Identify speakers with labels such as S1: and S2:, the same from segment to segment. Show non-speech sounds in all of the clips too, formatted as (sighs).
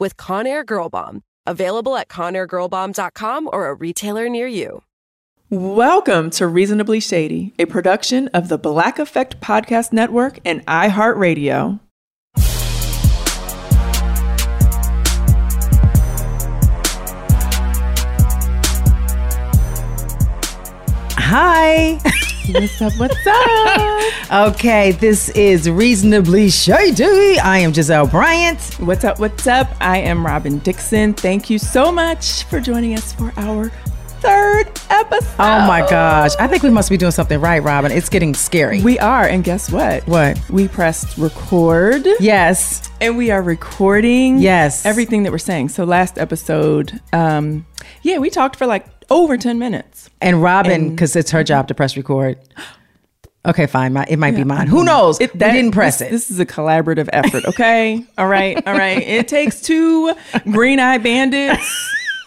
S1: with Conair Girl Bomb. Available at conairgirlbomb.com or a retailer near you.
S2: Welcome to Reasonably Shady, a production of the Black Effect Podcast Network and iHeartRadio.
S3: Hi.
S2: What's up? What's up?
S3: Okay, this is Reasonably Shady. I am Giselle Bryant.
S2: What's up? What's up? I am Robin Dixon. Thank you so much for joining us for our third episode.
S3: Oh my gosh. I think we must be doing something right, Robin. It's getting scary.
S2: We are, and guess what?
S3: What?
S2: We pressed record
S3: Yes.
S2: and we are recording
S3: Yes.
S2: everything that we're saying. So last episode, um, yeah, we talked for like over 10 minutes.
S3: And Robin, because it's her job to press record. Okay, fine. My, it might be mine. Who knows?
S2: It-
S3: It,
S2: that-
S3: we didn't press
S2: this-
S3: it.
S2: This is a collaborative effort,
S3: (laughs)
S2: okay? all right, all right. It takes two green eye bandits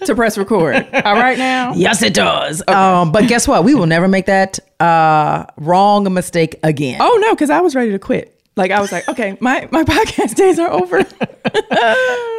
S2: to press record. All right now?
S3: yes, it does. Um, but guess what? We will never make that uh, wrong mistake again.
S2: Oh no, because I was ready to quit. Like I was like, okay, my, my (laughs) podcast days are over.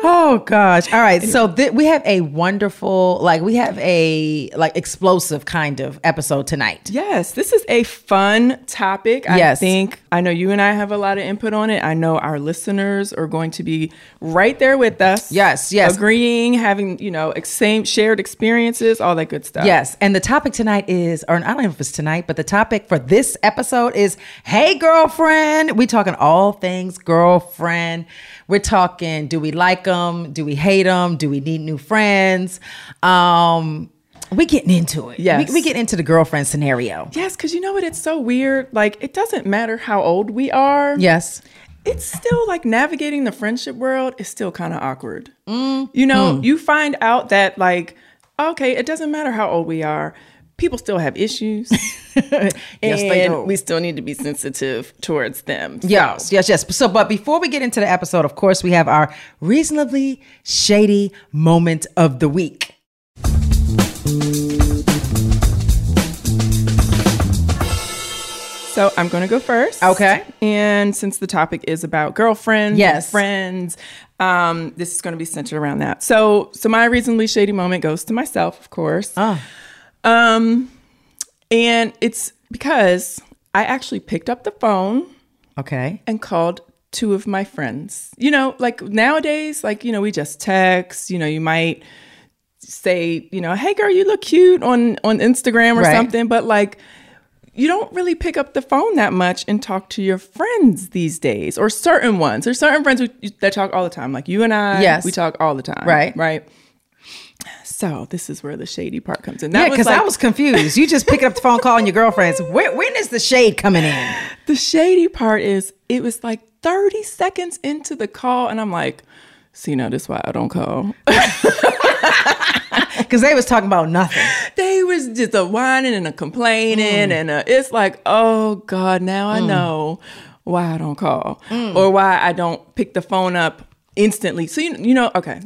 S3: Oh gosh! All right, so th- we have a wonderful, like we have a like explosive kind of episode tonight.
S2: yes, this is a fun topic. I
S3: Yes.
S2: think I know you and I have a lot of input on it. I know our listeners are going to be right there with us.
S3: Yes, yes.
S2: Agreeing, having, you know, ex- same shared experiences, all that good stuff.
S3: Yes, and the topic tonight is, or I don't know if it's tonight, but the topic for this episode is, "Hey girlfriend." We talking all things girlfriend. We're talking, do we like them? Do we hate them? Do we need new friends? Um, we getting into it.
S2: Yes.
S3: we, we get into the girlfriend scenario.
S2: Yes, because you know what? It's so weird. Like, it doesn't matter how old we are.
S3: Yes.
S2: It's still like navigating the friendship world is still kind of awkward.
S3: Mm.
S2: You know,
S3: Hmm.
S2: you find out that, like, okay, it doesn't matter how old we are, people still have issues.
S3: (laughs) Yes, they
S2: and
S3: do.
S2: We still need to be sensitive towards them.
S3: Yes, yes, yes. So, but before we get into the episode, of course, we have our reasonably shady moment of the week.
S2: So I'm going to go first.
S3: Okay.
S2: And since the topic is about girlfriends,
S3: Yes.
S2: and friends, um, this is going to be centered around that. So, so my reasonably shady moment goes to myself, of course.
S3: Uh-huh.
S2: Um, and it's because I actually picked up the phone
S3: Okay.
S2: and called two of my friends. You know, like nowadays, like, you know, we just text, you know, you might say, you know, hey girl, you look cute on on Instagram or
S3: Right.
S2: something, but like you don't really pick up the phone that much and talk to your friends these days or certain ones. There's certain friends we, that talk all the time, like you and I,
S3: Yes.
S2: we talk all the time.
S3: Right.
S2: Right. So this is where the shady part comes in.
S3: Yeah,
S2: That
S3: because I
S2: like-
S3: was confused. You just picking up the phone, calling
S2: (laughs)
S3: your girlfriends. Where, when is the shade coming in?
S2: The shady part is it was like 30 seconds into the call, and I'm like, see, now this why I don't call. (laughs)
S3: Because they was talking about nothing.
S2: they was just a whining and a complaining, and a, it's like, oh God, now I know why I don't call or why I don't pick the phone up instantly. So, you, you know, okay.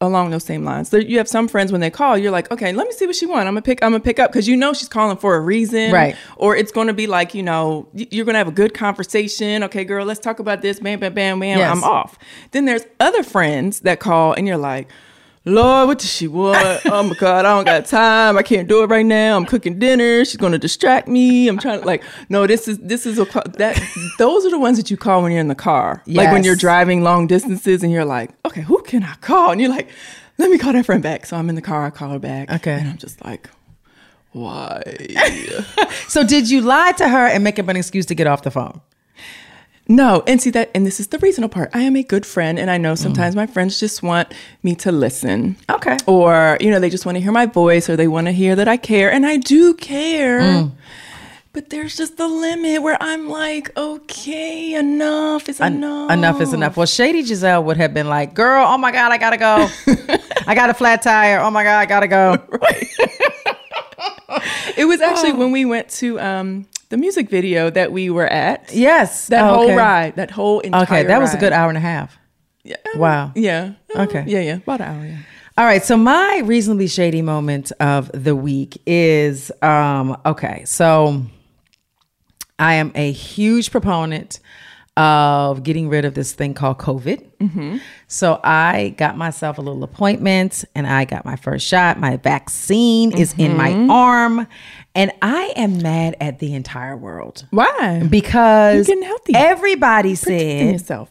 S2: along those same lines. There, you have some friends when they call, you're like, okay, let me see what she wants. I'm gonna pick. I'm gonna pick up because you know she's calling for a reason,
S3: Right.
S2: Or it's gonna be like, you know, y- you're gonna have a good conversation. Okay, girl, let's talk about this. Bam, bam, bam, bam.
S3: Yes.
S2: I'm off. Then there's other friends that call, and you're like. Lord, what does she want? Oh my God, I don't
S3: (laughs)
S2: got time. I can't do it right now. I'm cooking dinner. She's gonna distract me. I'm trying to like, no, this is this is a ca- that. Those are the ones that you call when you're in the car, like when you're
S3: Yes.
S2: driving long distances, and you're like, okay, who can I call? And you're like, let me call that friend back. So I'm in the car. I call her back.
S3: Okay.
S2: and I'm just like, why? (laughs)
S3: So did you lie to her and make up an excuse to get off the phone?
S2: No, and see that, and this is the reasonable part. I am a good friend, and I know sometimes my friends just want me to listen.
S3: Mm. Okay.
S2: Or, you know, they just want to hear my voice or they want to hear that I care, and I do care.
S3: Mm.
S2: But there's just the limit where I'm like, okay, enough is enough.
S3: Enough is enough. Well, Shady Giselle would have been like, girl, oh my God, I gotta go. I got a flat tire. Oh my God, I
S2: (laughs)
S3: gotta go.
S2: It
S3: Oh.
S2: was actually when we went to um, the music video that we were at.
S3: Yes.
S2: That
S3: Oh,
S2: whole
S3: okay.
S2: ride, that whole entire
S3: Okay, that was a
S2: ride.
S3: good hour and a half.
S2: Yeah.
S3: Wow.
S2: Yeah.
S3: Okay.
S2: Yeah, yeah. About an hour, yeah.
S3: All right, so my reasonably shady moment of the week is um okay, so I am a huge proponent of getting rid of this thing called COVID.
S2: Mm-hmm.
S3: So I got myself a little appointment and I got my first shot. My vaccine is in my
S2: Mm-hmm.
S3: arm and I am mad at the entire world
S2: Why?
S3: because
S2: You're getting healthy.
S3: everybody
S2: Protecting
S3: said
S2: yourself.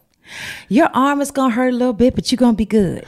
S3: your arm is gonna hurt a little bit, but you're gonna be good.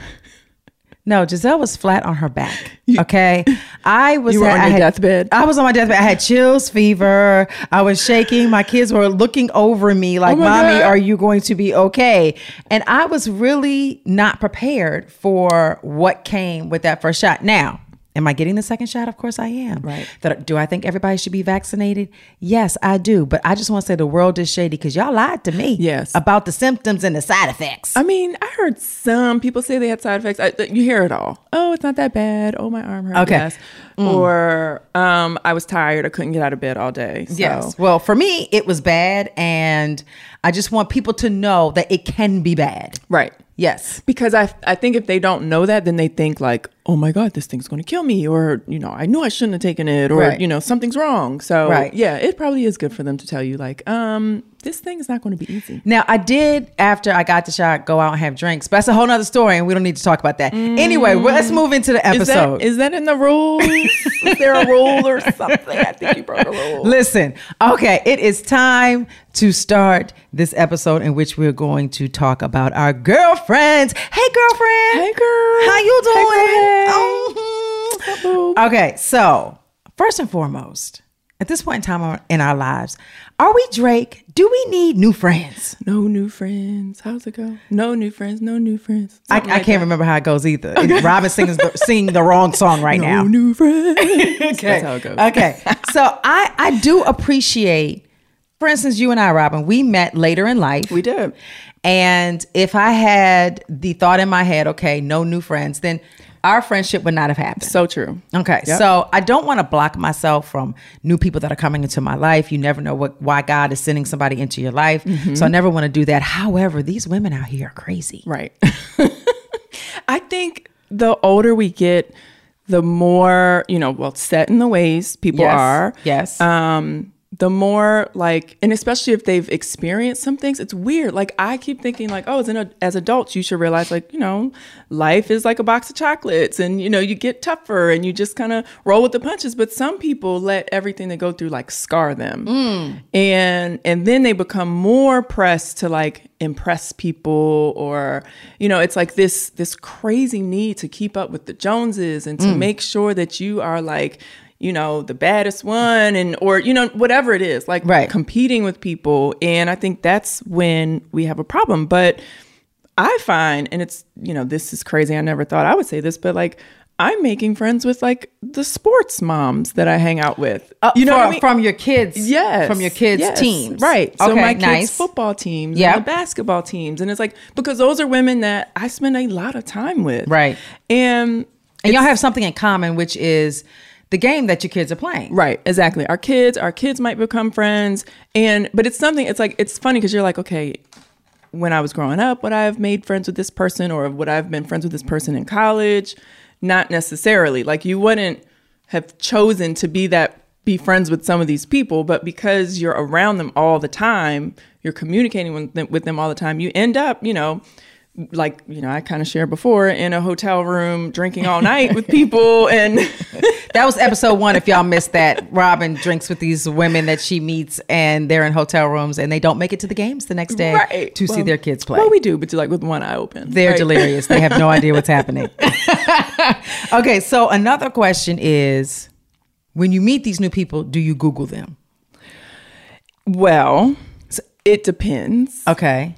S3: No, Giselle was flat on her back. Okay, I
S2: (laughs)
S3: was.
S2: You were on
S3: I
S2: your
S3: had-
S2: deathbed.
S3: I was on my deathbed. I had chills, fever. I was shaking. My kids were looking over me like,
S2: Oh my
S3: "Mommy,
S2: God.
S3: are you going to be okay?" And I was really not prepared for what came with that first shot. Now. Am I getting the second shot? Of course I am.
S2: Right.
S3: That- do I think everybody should be vaccinated? Yes, I do. But I just want to say the world is shady because y'all lied to me
S2: Yes.
S3: about the symptoms and the side effects.
S2: I mean, I heard some people say they had side effects. I, you hear it all. Oh, it's not that bad. Oh, my arm hurt.
S3: Okay. Mm.
S2: Yes. Or um, I was tired. I couldn't get out of bed all day. So.
S3: Yes. Well, for me, it was bad. And I just want people to know that it can be bad.
S2: Right.
S3: Yes.
S2: Because I, I think if they don't know that, then they think like, oh my God, this thing's going to kill me. Or, you know, I knew I shouldn't have taken it. Or,
S3: Right.
S2: you know, something's wrong. So,
S3: Right.
S2: yeah, it probably is good for them to tell you like, um, this thing is not going to be easy.
S3: Now, I did, after I got the shot, go out and have drinks, but that's a whole nother story. And we don't need to talk about that. Anyway, well, let's move into the
S2: Is that,
S3: episode.
S2: is that in the rules? (laughs) is there a rule or something? I think you broke a rule.
S3: Listen, okay, it is time to start this episode in which we're going to talk about our girlfriends. Hey, girlfriend.
S2: Hey, girl.
S3: How you
S2: Hey,
S3: doing?
S2: girl, hey.
S3: Oh,
S2: What's
S3: mhm.
S2: up, boo?
S3: Okay, so first and foremost, at this point in time in our lives, are we Drake? Do we need new friends?
S2: (laughs) No new friends. How's it go? No new friends. No new friends.
S3: I, I
S2: Something like
S3: can't remember how it goes either. Robin singing (laughs) the, singing the wrong song right
S2: that.
S3: now.
S2: No new friends. okay. That's how it goes.
S3: (laughs) Okay. So I I do appreciate, for instance, you and I, Robin, we met later in
S2: (laughs)
S3: life.
S2: We did.
S3: And if I had the thought in my head, okay, no new friends, then our friendship would not have happened.
S2: So true.
S3: Okay,
S2: Yep.
S3: so I don't want to block myself from new people that are coming into my life. You never know what why God is sending somebody into your life, so I never want to do that. However, these women out here are crazy.
S2: Right. (laughs) I think the older we get, the more, you know, well, set in the ways people
S3: Yes.
S2: are.
S3: Yes.
S2: Um, the more like, and especially if they've experienced some things, it's weird. Like I keep thinking, like, oh, as an as adults, you should realize, like, you know, life is like a box of chocolates, and you know, you get tougher, and you just kind of roll with the punches. But some people let everything they go through like scar them, and and then they become more pressed to like impress people, or you know, it's like this this crazy need to keep up with the Joneses and to
S3: Mm.
S2: make sure that you are like you know the baddest one and or you know whatever it is like
S3: Right.
S2: competing with people and i think that's when we have a problem but i find and it's you know this is crazy i never thought i would say this but like i'm making friends with like the sports moms that i hang out with
S3: Uh,
S2: you know
S3: from,
S2: what I mean?
S3: from your kids,
S2: Yes.
S3: from your kids'
S2: yes,
S3: teams,
S2: Right.
S3: Okay,
S2: so my kids'
S3: nice.
S2: football teams
S3: Yeah.
S2: and the basketball teams. And it's like because those are women that I spend a lot of time with.
S3: Right.
S2: And
S3: and y'all have something in common, which is the game that your kids are playing.
S2: Right, exactly. Our kids, our kids might become friends, and but it's something. It's like it's funny because you're like, okay, when I was growing up, would I have made friends with this person or would I have been friends with this person in college? Not necessarily. Like you wouldn't have chosen to be that be friends with some of these people, but because you're around them all the time, you're communicating with them, with them all the time, you end up, you know, like, you know, I kind of shared before in a hotel room drinking all night with people and
S3: That was episode one. If y'all missed that, Robin drinks with these women that she meets, and they're in hotel rooms, and they don't make it to the games the next day to see
S2: Well,
S3: their kids play.
S2: Well, we do, but like with one eye open.
S3: They're
S2: right?
S3: delirious.
S2: (laughs)
S3: They have no idea what's happening. (laughs) okay, so another question is when you meet these new people, do you Google them?
S2: Well, s- it depends.
S3: Okay.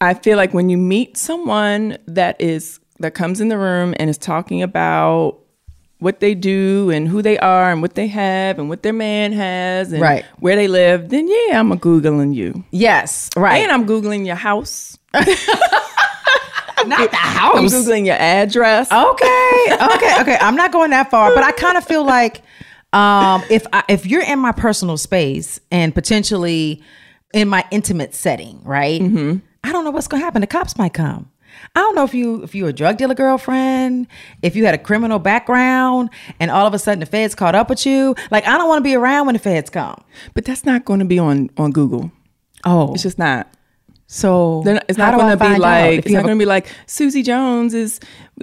S2: I feel like when you meet someone that is that comes in the room and is talking about what they do and who they are and what they have and what their man has and
S3: Right.
S2: where they live, then yeah, I'm a googling you.
S3: Yes, right.
S2: And I'm googling your house.
S3: not the
S2: I'm
S3: house.
S2: googling your address.
S3: okay okay okay i'm not going that far but i kind of feel like um if i if you're in my personal space and potentially in my intimate setting right
S2: Mm-hmm.
S3: i don't know what's gonna happen the cops might come I don't know if you if you a drug dealer girlfriend, if you had a criminal background, and all of a sudden the feds caught up with you. Like I don't want to be around when the feds come.
S2: But that's not going to be on on Google.
S3: Oh,
S2: It's just not.
S3: so
S2: They're not, it's
S3: how
S2: not
S3: do I
S2: going to be
S3: find out
S2: like
S3: if
S2: it's
S3: you
S2: not
S3: have a-
S2: going to be like Susie Jones is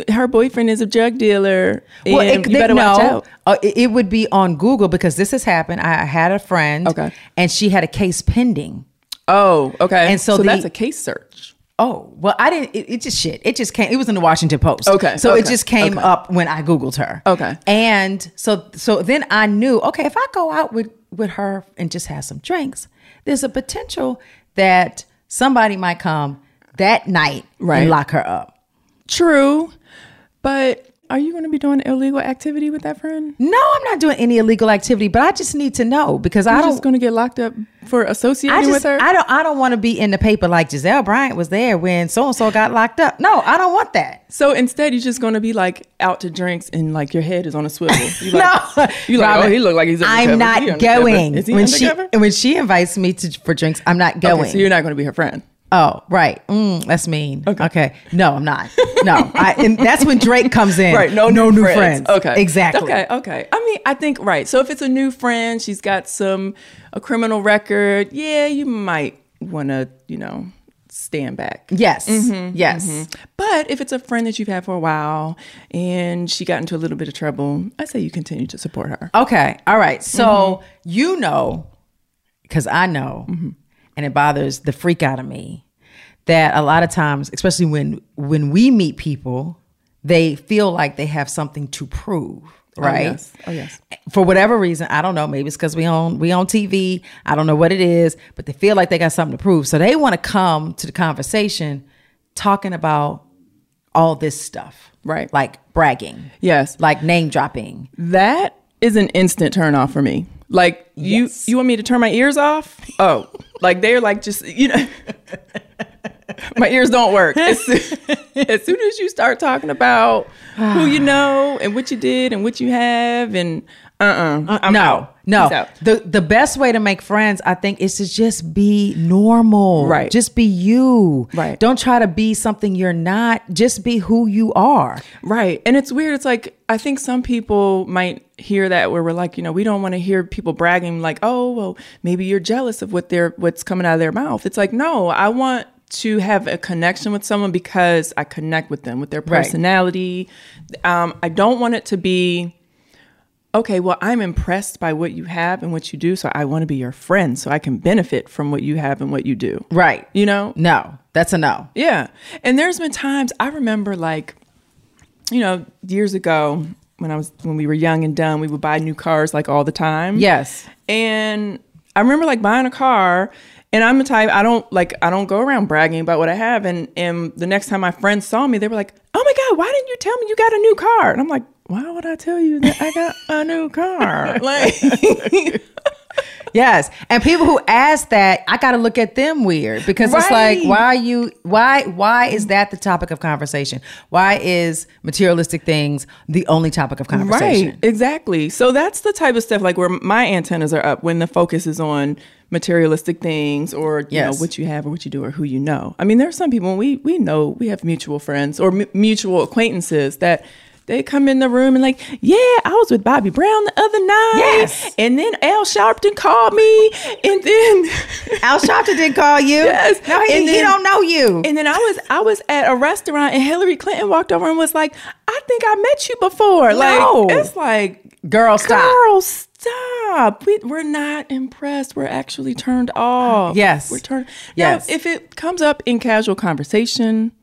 S2: her boyfriend is a drug dealer.
S3: Well,
S2: and
S3: it,
S2: you better
S3: no,
S2: watch out.
S3: uh, it, it would be on Google because this has happened. I had a friend,
S2: Okay.
S3: and she had a case pending.
S2: Oh, okay.
S3: And so the-
S2: that's a case search.
S3: Oh well, I didn't. It, it just shit. It just came. It was in the Washington Post.
S2: Okay,
S3: so it
S2: okay,
S3: just came up when I googled her.
S2: Okay.
S3: and so so then I knew. Okay, if I go out with with her and just have some drinks, there's a potential that somebody might come that night
S2: Right.
S3: and lock her up.
S2: True, but are you going to be doing illegal activity with that friend?
S3: No, I'm not doing any illegal activity, but I just need to know because I
S2: You're
S3: don't.
S2: just going to get locked up for associating
S3: I just,
S2: with her.
S3: I don't I don't want to be in the paper like Giselle Bryant was there when so and so got locked up. No, I don't want that.
S2: so instead, you're just going to be like out to drinks and like your head is on a
S3: (laughs)
S2: swivel. You like,
S3: no,
S2: you like
S3: Robin,
S2: oh he looked like he's. Undercover.
S3: I'm
S2: He
S3: not
S2: undercover.
S3: going.
S2: Is he
S3: when she
S2: undercover?
S3: when she invites me to for drinks, I'm not going.
S2: Okay, so you're not going to be her friend.
S3: oh, right. Mm, that's mean. Okay. No, I'm not. No, I, and that's when Drake comes
S2: (laughs)
S3: in.
S2: Right. No,
S3: no
S2: new,
S3: new
S2: friends. Okay.
S3: Exactly.
S2: Okay. oh. Okay. I mean, I think right. So if it's a new friend, she's got some a criminal record. Yeah, you might want to, you know, stand back.
S3: Yes.
S2: Mm-hmm,
S3: Yes.
S2: But if it's a friend that you've had for a while and she got into a little bit of trouble, I say you continue to support her.
S3: Okay. All right. So
S2: Mm-hmm.
S3: you know, because I know, and it bothers the freak out of me that a lot of times, especially when when we meet people, they feel like they have something to prove, right?
S2: yes. Oh, yes.
S3: For whatever reason, I don't know. Maybe it's because we on we on TV. I don't know what it is, but they feel like they got something to prove, so they want to come to the conversation talking about all this stuff,
S2: Right.
S3: Like bragging,
S2: Yes.
S3: like name dropping.
S2: That is an instant turn off for me. Like you you want me to turn my ears off? Oh, like they're like just you know (laughs) my ears don't work. As soon, (laughs) as soon as you start talking about who (sighs) you know and what you did and what you have and uh-uh. I'm
S3: no,
S2: out. Peace
S3: no.
S2: out.
S3: The the best way to make friends, I think, is to just be normal.
S2: Right.
S3: Just be you.
S2: Right.
S3: Don't try to be something you're not. Just be who you are.
S2: Right. And it's weird. It's like, I think some people might hear that where we're like, you know, we don't want to hear people bragging like, oh, well, maybe you're jealous of what they're, what's coming out of their mouth. It's like, no, I want to have a connection with someone because I connect with them, with their
S3: Right.
S2: personality. Um, I don't want it to be, okay, well, I'm impressed by what you have and what you do. So I want to be your friend so I can benefit from what you have and what you do.
S3: Right.
S2: You know?
S3: No, that's a no.
S2: Yeah. And there's been times I remember like, you know, years ago when I was when we were young and dumb, we would buy new cars like all the time.
S3: Yes.
S2: And I remember like buying a car and I'm the type I don't like I don't go around bragging about what I have and and the next time my friends saw me, they were like, "Oh my god, why didn't you tell me you got a new car?" And I'm like, "Why would I tell you that I got a new car?" Like
S3: Yes. And people who ask that, I got to look at them weird because it's
S2: Right.
S3: like, why are you, why, why is that the topic of conversation? Why is materialistic things the only topic of conversation?
S2: Right, exactly. So that's the type of stuff like where my antennas are up when the focus is on
S4: materialistic things or you know
S3: Yes.
S4: what you have or what you do or who you know. I mean, there are some people we we know we have mutual friends or mu mutual acquaintances that they come in the room and like, yeah, I was with Bobby Brown the other night,
S3: Yes.
S4: and then Al Sharpton called me, and then
S3: Al Sharpton didn't call you.
S4: Yes.
S3: No, he,
S4: And
S3: he
S4: then-
S3: don't know you.
S4: And then I was I was at a restaurant and Hillary Clinton walked over and was like, I think I met you before.
S3: No.
S4: Like it's like
S3: Girl, stop.
S4: Girl, stop. We, we're not impressed. We're actually turned off.
S3: Yes.
S4: We're turned
S3: Yes.
S4: Now, if it comes up in casual conversation,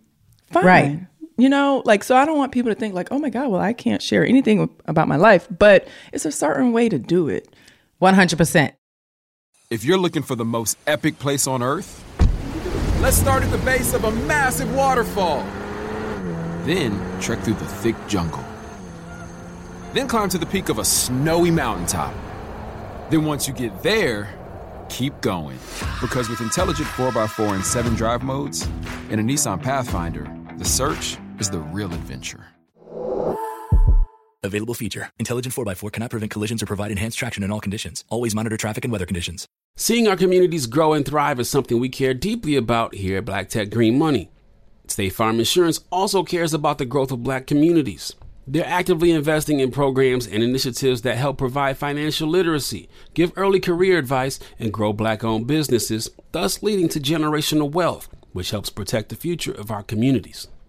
S4: fine.
S3: Right.
S4: You know, like so I don't want people to think like, oh my God, well, I can't share anything about my life, but it's a certain way to do it.
S3: 100%.
S5: If you're looking for the most epic place on earth, let's start at the base of a massive waterfall. Then trek through the thick jungle. Then climb to the peak of a snowy mountaintop. Then once you get there, keep going. Because with intelligent 4x4 and 7 drive modes and a Nissan Pathfinder, the search is the real adventure.
S6: Available feature. Intelligent 4x4 cannot prevent collisions or provide enhanced traction in all conditions. Always monitor traffic and weather conditions.
S7: Seeing our communities grow and thrive is something we care deeply about here at Black Tech Green Money. State Farm Insurance also cares about the growth of black communities. They're actively investing in programs and initiatives that help provide financial literacy, give early career advice, and grow black owned businesses, thus leading to generational wealth, which helps protect the future of our communities.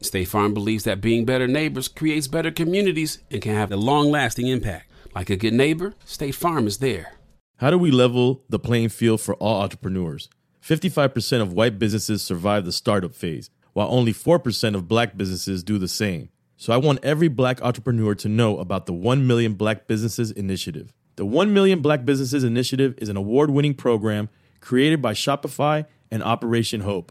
S7: State Farm believes that being better neighbors creates better communities and can have a long lasting impact. Like a good neighbor, State Farm is there.
S2: How do we level the playing field for all entrepreneurs? 55% of white businesses survive the startup phase, while only 4% of black businesses do the same. So I want every black entrepreneur to know about the 1 Million Black Businesses Initiative. The 1 Million Black Businesses Initiative is an award winning program created by Shopify and Operation Hope.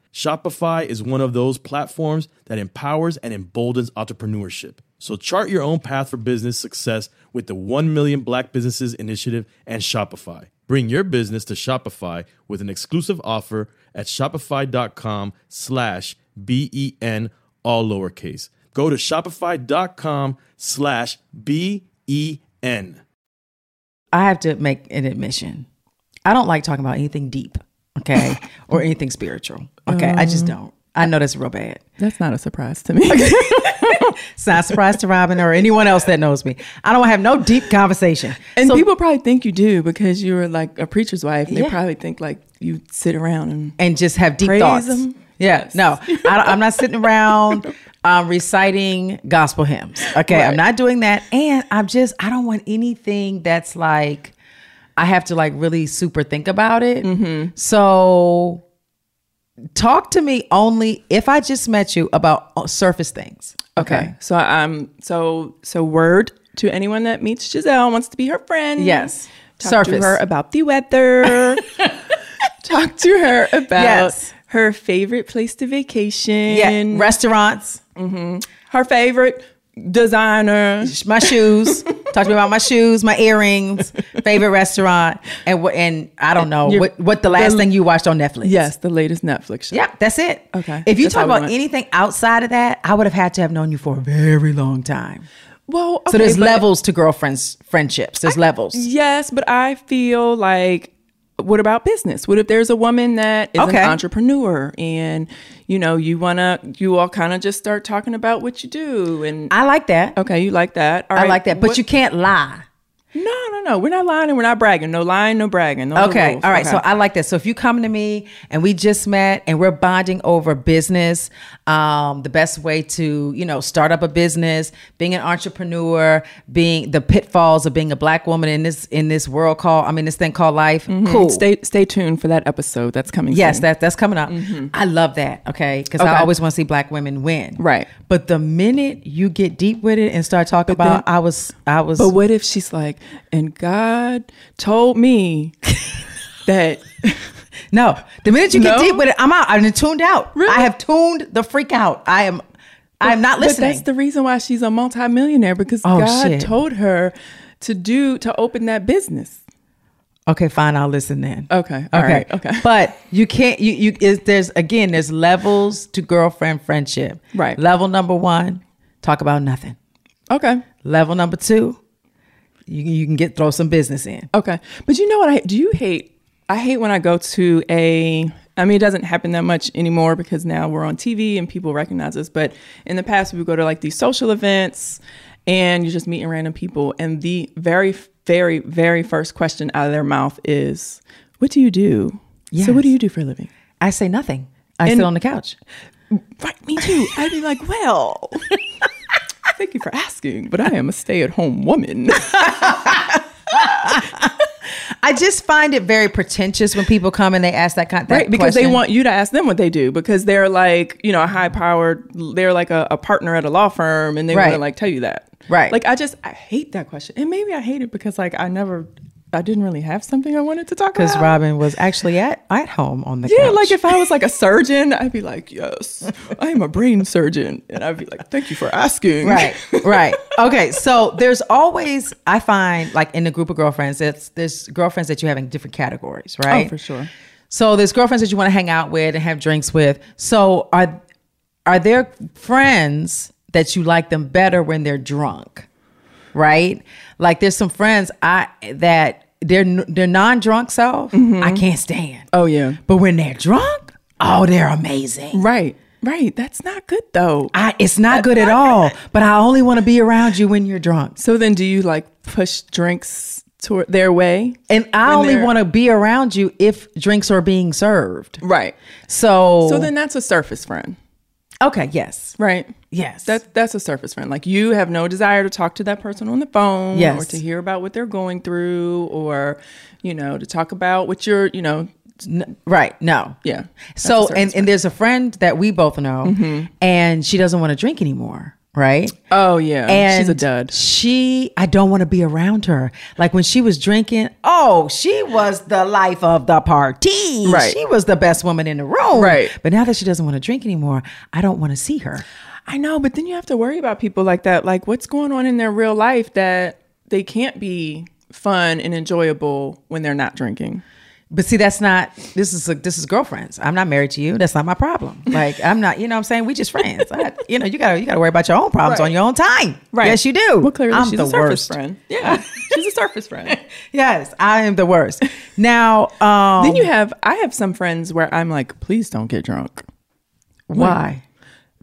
S2: Shopify is one of those platforms that empowers and emboldens entrepreneurship. So chart your own path for business success with the 1 Million Black Businesses Initiative and Shopify. Bring your business to Shopify with an exclusive offer at shopify.com slash B-E-N, all lowercase. Go to shopify.com slash B-E-N.
S3: I have to make an admission. I don't like talking about anything deep, okay, or anything spiritual, okay. I just don't. I know that's real bad.
S4: That's not a surprise to me. (laughs)
S3: It's not a surprise to Robin or anyone else that knows me. I don't have no deep conversation.
S4: And
S3: So-
S4: people probably think you do because you're like a preacher's wife. And
S3: Yeah.
S4: They probably think like you sit around and
S3: and just have deep
S4: Praise
S3: thoughts.
S4: him.
S3: Yeah, no, I, am
S4: (laughs)
S3: not sitting around um, reciting gospel hymns. Okay, I'm not doing that, and I'm just I don't want anything that's like I have to like really super think about it.
S4: Mm-hmm.
S3: So talk to me only if I just met you about uh, surface things.
S4: okay. So um, so so word to anyone that meets Giselle wants to be her friend.
S3: Yes.
S4: Talk
S3: Surface.
S4: to her about the
S3: (laughs)
S4: weather. (laughs) Talk to her about
S3: Yes.
S4: her favorite place to vacation.
S3: Yeah, restaurants.
S4: her favorite
S2: designer.
S3: my shoes. Talk to me about my shoes, my earrings, favorite restaurant, and what and I don't know
S2: Your-
S3: what what the last
S2: the-
S3: thing you watched on Netflix.
S2: Yes, the latest Netflix show.
S3: Yeah, that's it.
S2: Okay,
S3: If you
S2: that's
S3: talk
S2: all we
S3: about
S2: want.
S3: anything outside of that, I would have had to have known you for a very long time.
S2: Well,
S3: so
S2: okay,
S3: there's
S2: but-
S3: levels to girlfriends friendships. There's levels.
S2: Yes, but I feel like what about business? What if there's a woman that is
S3: Okay.
S2: an entrepreneur and you know, you wanna you all kind of just start talking about what you do and
S3: I like that.
S2: okay, you like that. All
S3: I
S2: right,
S3: like that. But
S2: what-
S3: you can't lie.
S2: No, no, no. We're not lying and we're not bragging. No lying, no bragging. Those are
S3: Okay.
S2: rules.
S3: All right. So
S2: Okay.
S3: I like that. So if you come to me and we just met and we're bonding over business, um, the best way to, you know, start up a business, being an entrepreneur, being the pitfalls of being a black woman in this in this world called I mean this thing called life. Cool.
S2: Mm-hmm. stay stay tuned for that episode that's coming
S3: Yes,
S2: soon.
S3: that that's coming up. I love that. Okay, because
S2: Mm-hmm. Okay.
S3: I always want to see black women win.
S2: Right.
S3: But the minute you get deep with it and start talking
S2: But
S3: about,
S2: then-
S3: I was, I was.
S2: But what if she's like, and God told
S3: (laughs)
S2: me that
S3: No, the minute you get
S2: No?
S3: deep with it, I'm out. I'm tuned out.
S2: Really?
S3: I have tuned the freak out. I am. I am
S2: (laughs)
S3: not
S2: But
S3: listening.
S2: that's the reason why she's a multimillionaire because
S3: Oh,
S2: God
S3: shit.
S2: told her to do to open that business.
S3: okay, fine. I'll listen then.
S2: Okay, all right,
S3: (laughs)
S2: okay.
S3: But you can't. You you is there's again there's levels to girlfriend friendship.
S2: Right.
S3: Level number one, talk about nothing.
S2: Okay.
S3: Level number two, you you can get throw some business in.
S2: Okay. But you know what I do you hate I hate when I go to a I mean it doesn't happen that much anymore because now we're on TV and people recognize us, but in the past we would go to like these social events and you're just meeting random people and the very very very first question out of their mouth is what do you do? So what
S3: Yes.
S2: do you do for a living?
S3: I say nothing. I
S2: And-
S3: sit on the couch.
S2: Right, me too. I'd be like, well, (laughs) thank you for asking, but I am a stay at home woman.
S3: I just find it very pretentious when people come and they ask that kind. That
S2: right, because they
S3: question.
S2: want you to ask them what they do because they're like, you know, a high powered, they're like a, a partner at a law firm and they want
S3: Right.
S2: to like tell you that.
S3: Right.
S2: Like, I just, I hate that question. And maybe I hate it because like I never, I didn't really have something I wanted to talk about.
S3: Because Robin was actually at at home on the
S2: Yeah,
S3: couch.
S2: like if I was like a surgeon, I'd be like, yes, I am a brain surgeon. And I'd be like, thank you for (laughs) asking.
S3: right right okay so there's always i find like in the group of girlfriends it's there's girlfriends that you have in different categories right
S2: Oh, for sure.
S3: so there's girlfriends that you want to hang out with and have drinks with so are are there friends that you like them better when they're drunk right like there's some friends i that their their non-drunk self i can't stand
S2: Mm-hmm. Oh, yeah.
S3: but when they're drunk oh they're amazing
S2: Right. Right. That's not good though.
S3: I, it's not good at all, but I only want to be around you when you're drunk.
S2: So then, do you like push drinks toward their way?
S3: And I
S2: When
S3: only
S2: they're-
S3: want to be around you if drinks are being served.
S2: Right.
S3: So,
S2: So then, that's a surface friend,
S3: okay, yes,
S2: right?
S3: yes,
S2: That that's a surface friend. Like you have no desire to talk to that person on the phone,
S3: Yes.
S2: or to hear about what they're going through, or you know, to talk about what you're, you know,
S3: N- right. No,
S2: yeah. That's a
S3: So,
S2: surface
S3: and,
S2: friend.
S3: and there's a friend that we both know, and she doesn't want to drink anymore, right?
S2: oh yeah,
S3: and
S2: she's a dud.
S3: She, I don't want to be around her. Like when she was drinking, oh, she was the life of the party.
S2: Right.
S3: She was the best woman in the room.
S2: Right.
S3: But now that she doesn't want to drink anymore, I don't want to see her.
S2: I know, but then you have to worry about people like that. Like what's going on in their real life that they can't be fun and enjoyable when they're not drinking.
S3: But see, that's not. This is a, this is girlfriends. I'm not married to you. That's not
S2: (laughs)
S3: my problem. Like I'm not. You know, what I'm saying we just friends. I, you know, you gotta you gotta worry about your own problems
S2: Right.
S3: on your own time. Yes, you do.
S2: Well, clearly
S3: I'm
S2: she's
S3: the
S2: a surface
S3: worst.
S2: friend. Yeah, (laughs) she's a surface friend. (laughs)
S3: Yes, I am the worst. Now, um,
S2: then you have I have some friends where I'm like, please don't get drunk
S3: why?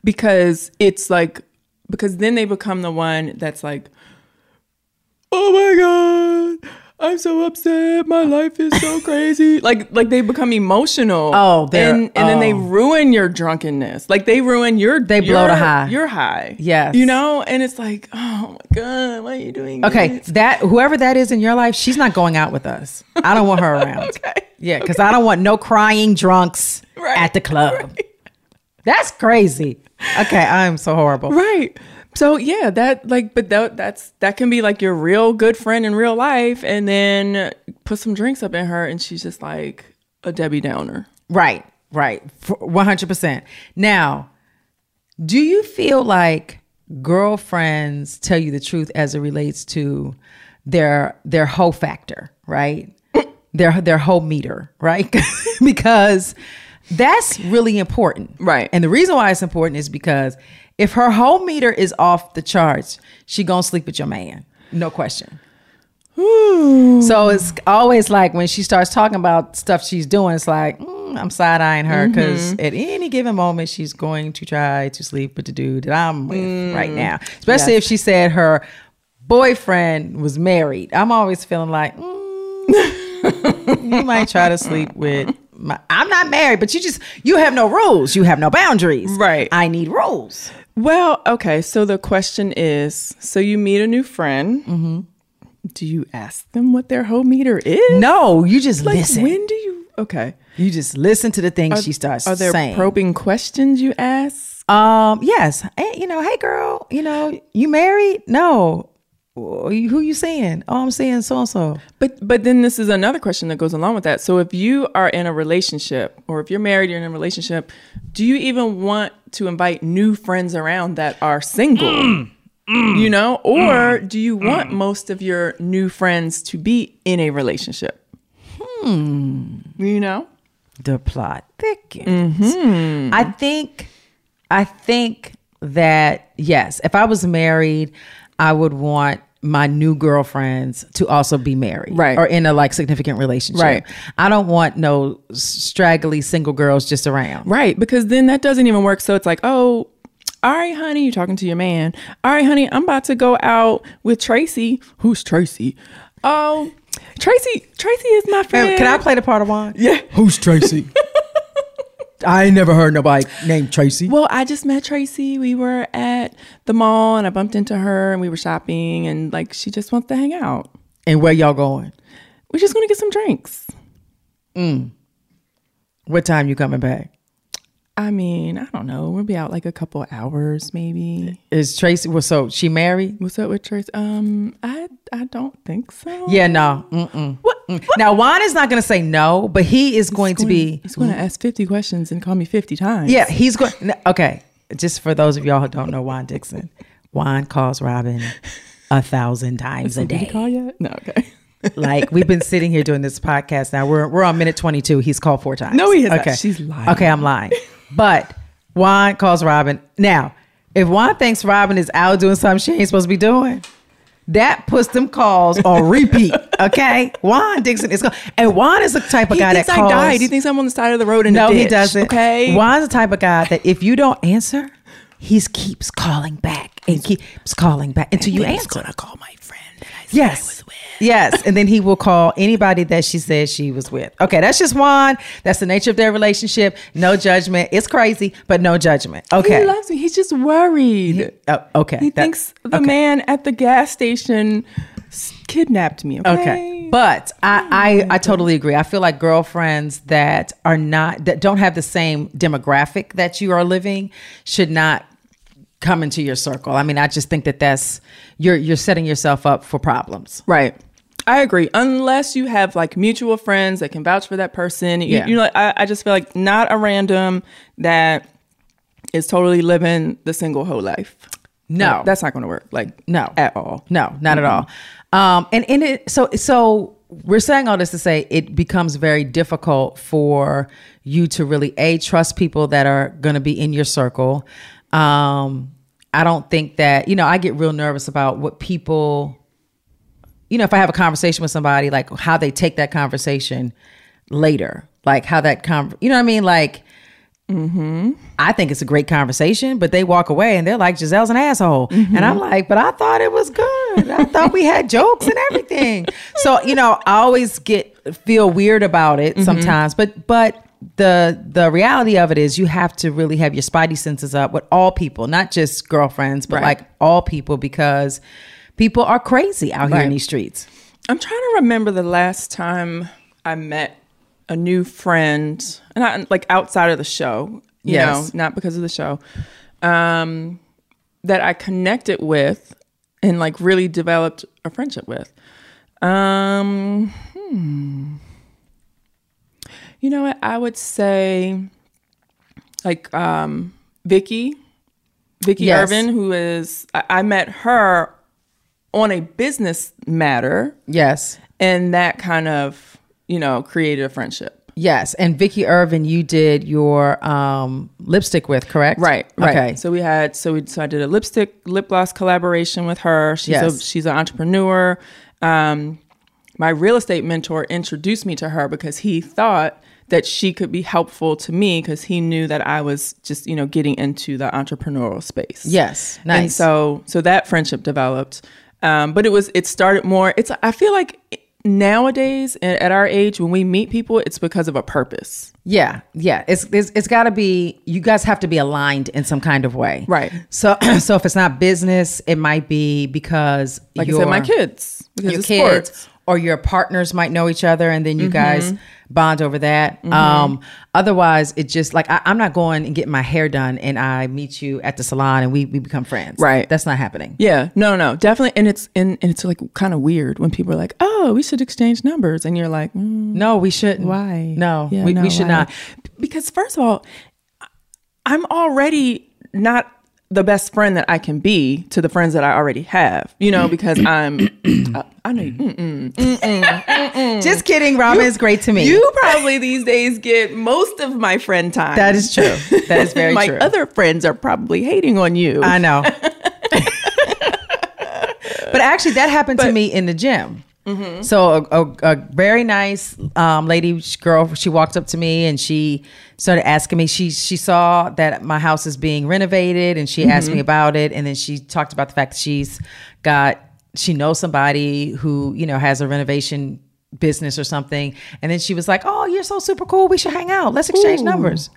S2: because it's like because then they become the one that's like, oh my god. I'm so upset. My life is so
S3: (laughs)
S2: crazy. like, like they become emotional.
S3: Oh, they're-
S2: and, and then they
S3: oh.
S2: ruin your drunkenness. Like they ruin your
S3: They blow the
S2: your-
S3: high.
S2: Your high.
S3: Yes.
S2: You know, and it's like, oh my god, why are you doing?
S3: Okay,
S2: this?
S3: that whoever that is in your life, she's not going out with us. I
S2: (laughs)
S3: don't want her around.
S2: Okay.
S3: Yeah, because I don't want no crying drunks
S2: Right.
S3: at the club. That's crazy. Okay, I am so horrible.
S2: Right. So yeah, that like, but that that's that can be like your real good friend in real life, and then put some drinks up in her, and she's just like a Debbie Downer.
S3: Right, right. One hundred percent. Now, do you feel like girlfriends tell you the truth as it relates to their their hoe factor, right? their their hoe meter, right? (laughs) because that's really important.
S2: Right.
S3: And the reason why it's important is because if her hoe meter is off the charts, she gonna sleep with your man. No question.
S2: Mm-hmm.
S3: So it's always like when she starts talking about stuff she's doing, it's like, mm, I'm side eyeing her because
S2: Mm-hmm.
S3: at any given moment, she's going to try to sleep with the dude that I'm with
S2: Mm.
S3: right now. Especially if she said her boyfriend was married. I'm always feeling like, mm, you might try to sleep with. My, I'm not married, but you just you have no rules. You have no boundaries.
S2: Right.
S3: I need rules.
S2: Well, okay. So the question is so you meet a new friend. Do you ask them what their hoe meter is?
S3: No, you just
S2: Like,
S3: listen.
S2: when do you? Okay.
S3: you just listen to the things she starts
S2: Are there
S3: saying.
S2: probing questions you ask?
S3: Um, yes. Hey, you know, hey girl, you know, you married? No. Who you seeing? Oh, I'm seeing so and so.
S2: But but then this is another question that goes along with that. So if you are in a relationship or if you're married, you're in a relationship, do you even want to invite new friends around that are single? You know, or do you want most of your new friends to be in a relationship? Hmm. You know?
S3: The plot thickens. Mm-hmm. I think I think that yes, if I was married, I would want my new girlfriends to also be married
S2: Right.
S3: or in a like significant relationship.
S2: Right.
S3: I don't want no straggly single girls just around.
S2: Right, because then that doesn't even work. So it's like, oh, all right, honey, you're talking to your man. All right, honey, I'm about to go out with Tracy. Who's Tracy? Oh, Tracy, Tracy is my friend.
S3: Hey, Can I play the part of one?
S2: Yeah.
S3: Who's Tracy? I ain't never heard nobody named Tracy.
S2: Well, I just met Tracy. We were at the mall and I bumped into her and we were shopping and like she just wants to hang out.
S3: And where y'all going?
S2: We're just gonna get some drinks.
S3: What time you coming back?
S2: I mean, I don't know. We'll be out like a couple hours maybe.
S3: Is Tracy? Well, so she married?
S2: What's up with Tracy? Um, I I don't think so.
S3: Yeah, no. Mm-mm. Mm. Now Juan is not going to say no, but he is going, to be.
S2: He's gonna ask fifty questions and call me fifty times.
S3: Yeah, he's going. Okay, just for those of y'all who don't know Juan Dixon, Juan calls Robin a thousand times a
S2: Did he
S3: day.
S2: call yet? No, okay.
S3: like we've been sitting here doing this podcast now. We're we're on minute twenty two. He's called four times.
S2: No, he has not. She's lying.
S3: Okay, I'm lying. But Juan calls Robin now. If Juan thinks Robin is out doing something she ain't supposed to be doing, that puts them calls
S2: (laughs)
S3: on repeat. Okay, Juan Dixon is going, and Juan is the type of
S2: he
S3: guy
S2: thinks
S3: that
S2: I
S3: calls.
S2: died. He thinks I'm on the side of the road in a
S3: no, he
S2: ditch,
S3: doesn't.
S2: Okay.
S3: Juan's the type of guy that if you don't answer, he keeps calling back and keeps calling back until you answer.
S2: I call my friend. that I said I
S3: Yes.
S2: was with.
S3: Yes. And then he will call anybody that she says she was with. Okay. That's just Juan. That's the nature of their relationship. No judgment. It's crazy, but no judgment. Okay.
S2: He loves me. He's just worried.
S3: Oh, okay.
S2: He
S3: That-
S2: thinks the
S3: okay.
S2: man at the gas station s- kidnapped me. Okay.
S3: Okay. But I, I I totally agree. I feel like girlfriends that are not that don't have the same demographic that you are living should not come into your circle. I mean, I just think that that's you're you're setting yourself up for problems.
S2: Right. I agree. Unless you have like mutual friends that can vouch for that person. You,
S3: Yeah.
S2: you know, I, I just feel like not a random that is totally living the single whole life.
S3: No.
S2: Like, that's not going to work. Like,
S3: No.
S2: At all.
S3: No, not at all. Um, and and it, so so we're saying all this to say it becomes very difficult for you to really a trust people that are going to be in your circle. Um, I don't think that you know I get real nervous about what people you know, if I have a conversation with somebody, like how they take that conversation later, like how that con, you know what I mean? Like, I think it's a great conversation, but they walk away and they're like, Giselle's an asshole. And
S2: Mm-hmm.
S3: I'm like, but I thought it was good. I thought we had jokes and
S2: (laughs)
S3: everything. So, you know, I always get, feel weird about
S2: Mm-hmm.
S3: it sometimes, but, but, the the reality of it is you have to really have your spidey senses up with all people not just girlfriends but
S2: Right.
S3: like all people because people are crazy out here in
S2: Right.
S3: these streets
S2: I'm trying to remember the last time I met a new friend, and I, like outside of the show, you
S3: Yes.
S2: know, not because of the show, um, that I connected with and like really developed a friendship with. Um, hmm. You know what? I would say, like, um, Vicky Vicki
S3: Yes.
S2: Irvin, who is, I, I met her on a business matter,
S3: Yes.
S2: and that kind of, you know, created a friendship.
S3: Yes. And Vicky Irvin, you did your um, lipstick with, correct?
S2: Right, right.
S3: Okay.
S2: So we had so we so I did a lipstick lip gloss collaboration with her. She's a,
S3: Yes.
S2: she's an entrepreneur. Um, my real estate mentor introduced me to her because he thought that she could be helpful to me because he knew that I was just you know getting into the entrepreneurial space.
S3: Yes.
S2: And
S3: Nice.
S2: so so that friendship developed. Um, but it was it started more. It's I feel like nowadays a- at our age when we meet people it's because of a purpose.
S3: Yeah, yeah. It's it's, it's got to be. You guys have to be aligned in some kind of way,
S2: Right.
S3: So (clears throat) so if it's not business, it might be because
S2: Like I
S3: your,
S2: said, my kids because
S3: your
S2: it's
S3: kids,
S2: sports. Mm-hmm.
S3: or your partners might know each other, and then you guys bond over that. Um, otherwise, it just like I, I'm not going and getting my hair done, and I meet you at the salon, and we we become friends.
S2: Right.
S3: That's not happening.
S2: Yeah, no, no, definitely, and it's and, and it's like kind of weird when people are like, "Oh, we should exchange numbers," and you're like, mm,
S3: No, we shouldn't.
S2: "Why?
S3: No,
S2: Yeah,
S3: we,
S2: no,
S3: we should
S2: why?
S3: not.
S2: Because first of all, I- I'm already not the best friend that I can be to the friends that I already have, you know, because (coughs) I'm. uh, I know you, mm-mm.
S3: Just kidding. Robin is great to me.
S2: you probably these days get most of my friend time.
S3: That is true. That is
S2: (laughs)
S3: very
S2: my
S3: true.
S2: other friends are probably hating on you.
S3: I know. but actually, that happened to me in the gym. So a, a, a very nice um, lady sh- girl, she walked up to me and she started asking me. She she saw that my house is being renovated and she asked me about it. And then she talked about the fact that she's got she knows somebody who you know has a renovation business or something. And then she was like, "Oh, you're so super cool. We should hang out. Let's exchange numbers."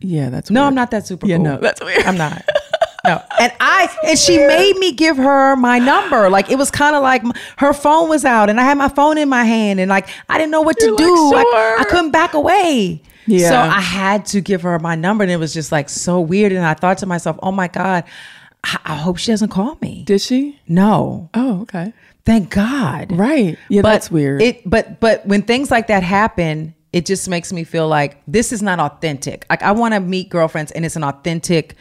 S2: yeah, that's
S3: No,
S2: weird.
S3: I'm not that super
S2: Yeah,
S3: cool.
S2: no, that's weird.
S3: I'm not. (laughs) No. And I and she made me give her my number. Like it was kind of like m- her phone was out and I had my phone in my hand and like I didn't know what
S2: You're
S3: to
S2: like,
S3: do. I-
S2: "Sure."
S3: I, couldn't back away.
S2: Yeah.
S3: So I had to give her my number and it was just like so weird and I thought to myself, "Oh my god, I, I hope she doesn't call me."
S2: Did she?
S3: No.
S2: Oh, okay.
S3: Thank God.
S2: Right. Yeah, that's weird.
S3: It but but when things like that happen, it just makes me feel like this is not authentic. Like I want to meet girlfriends and it's an authentic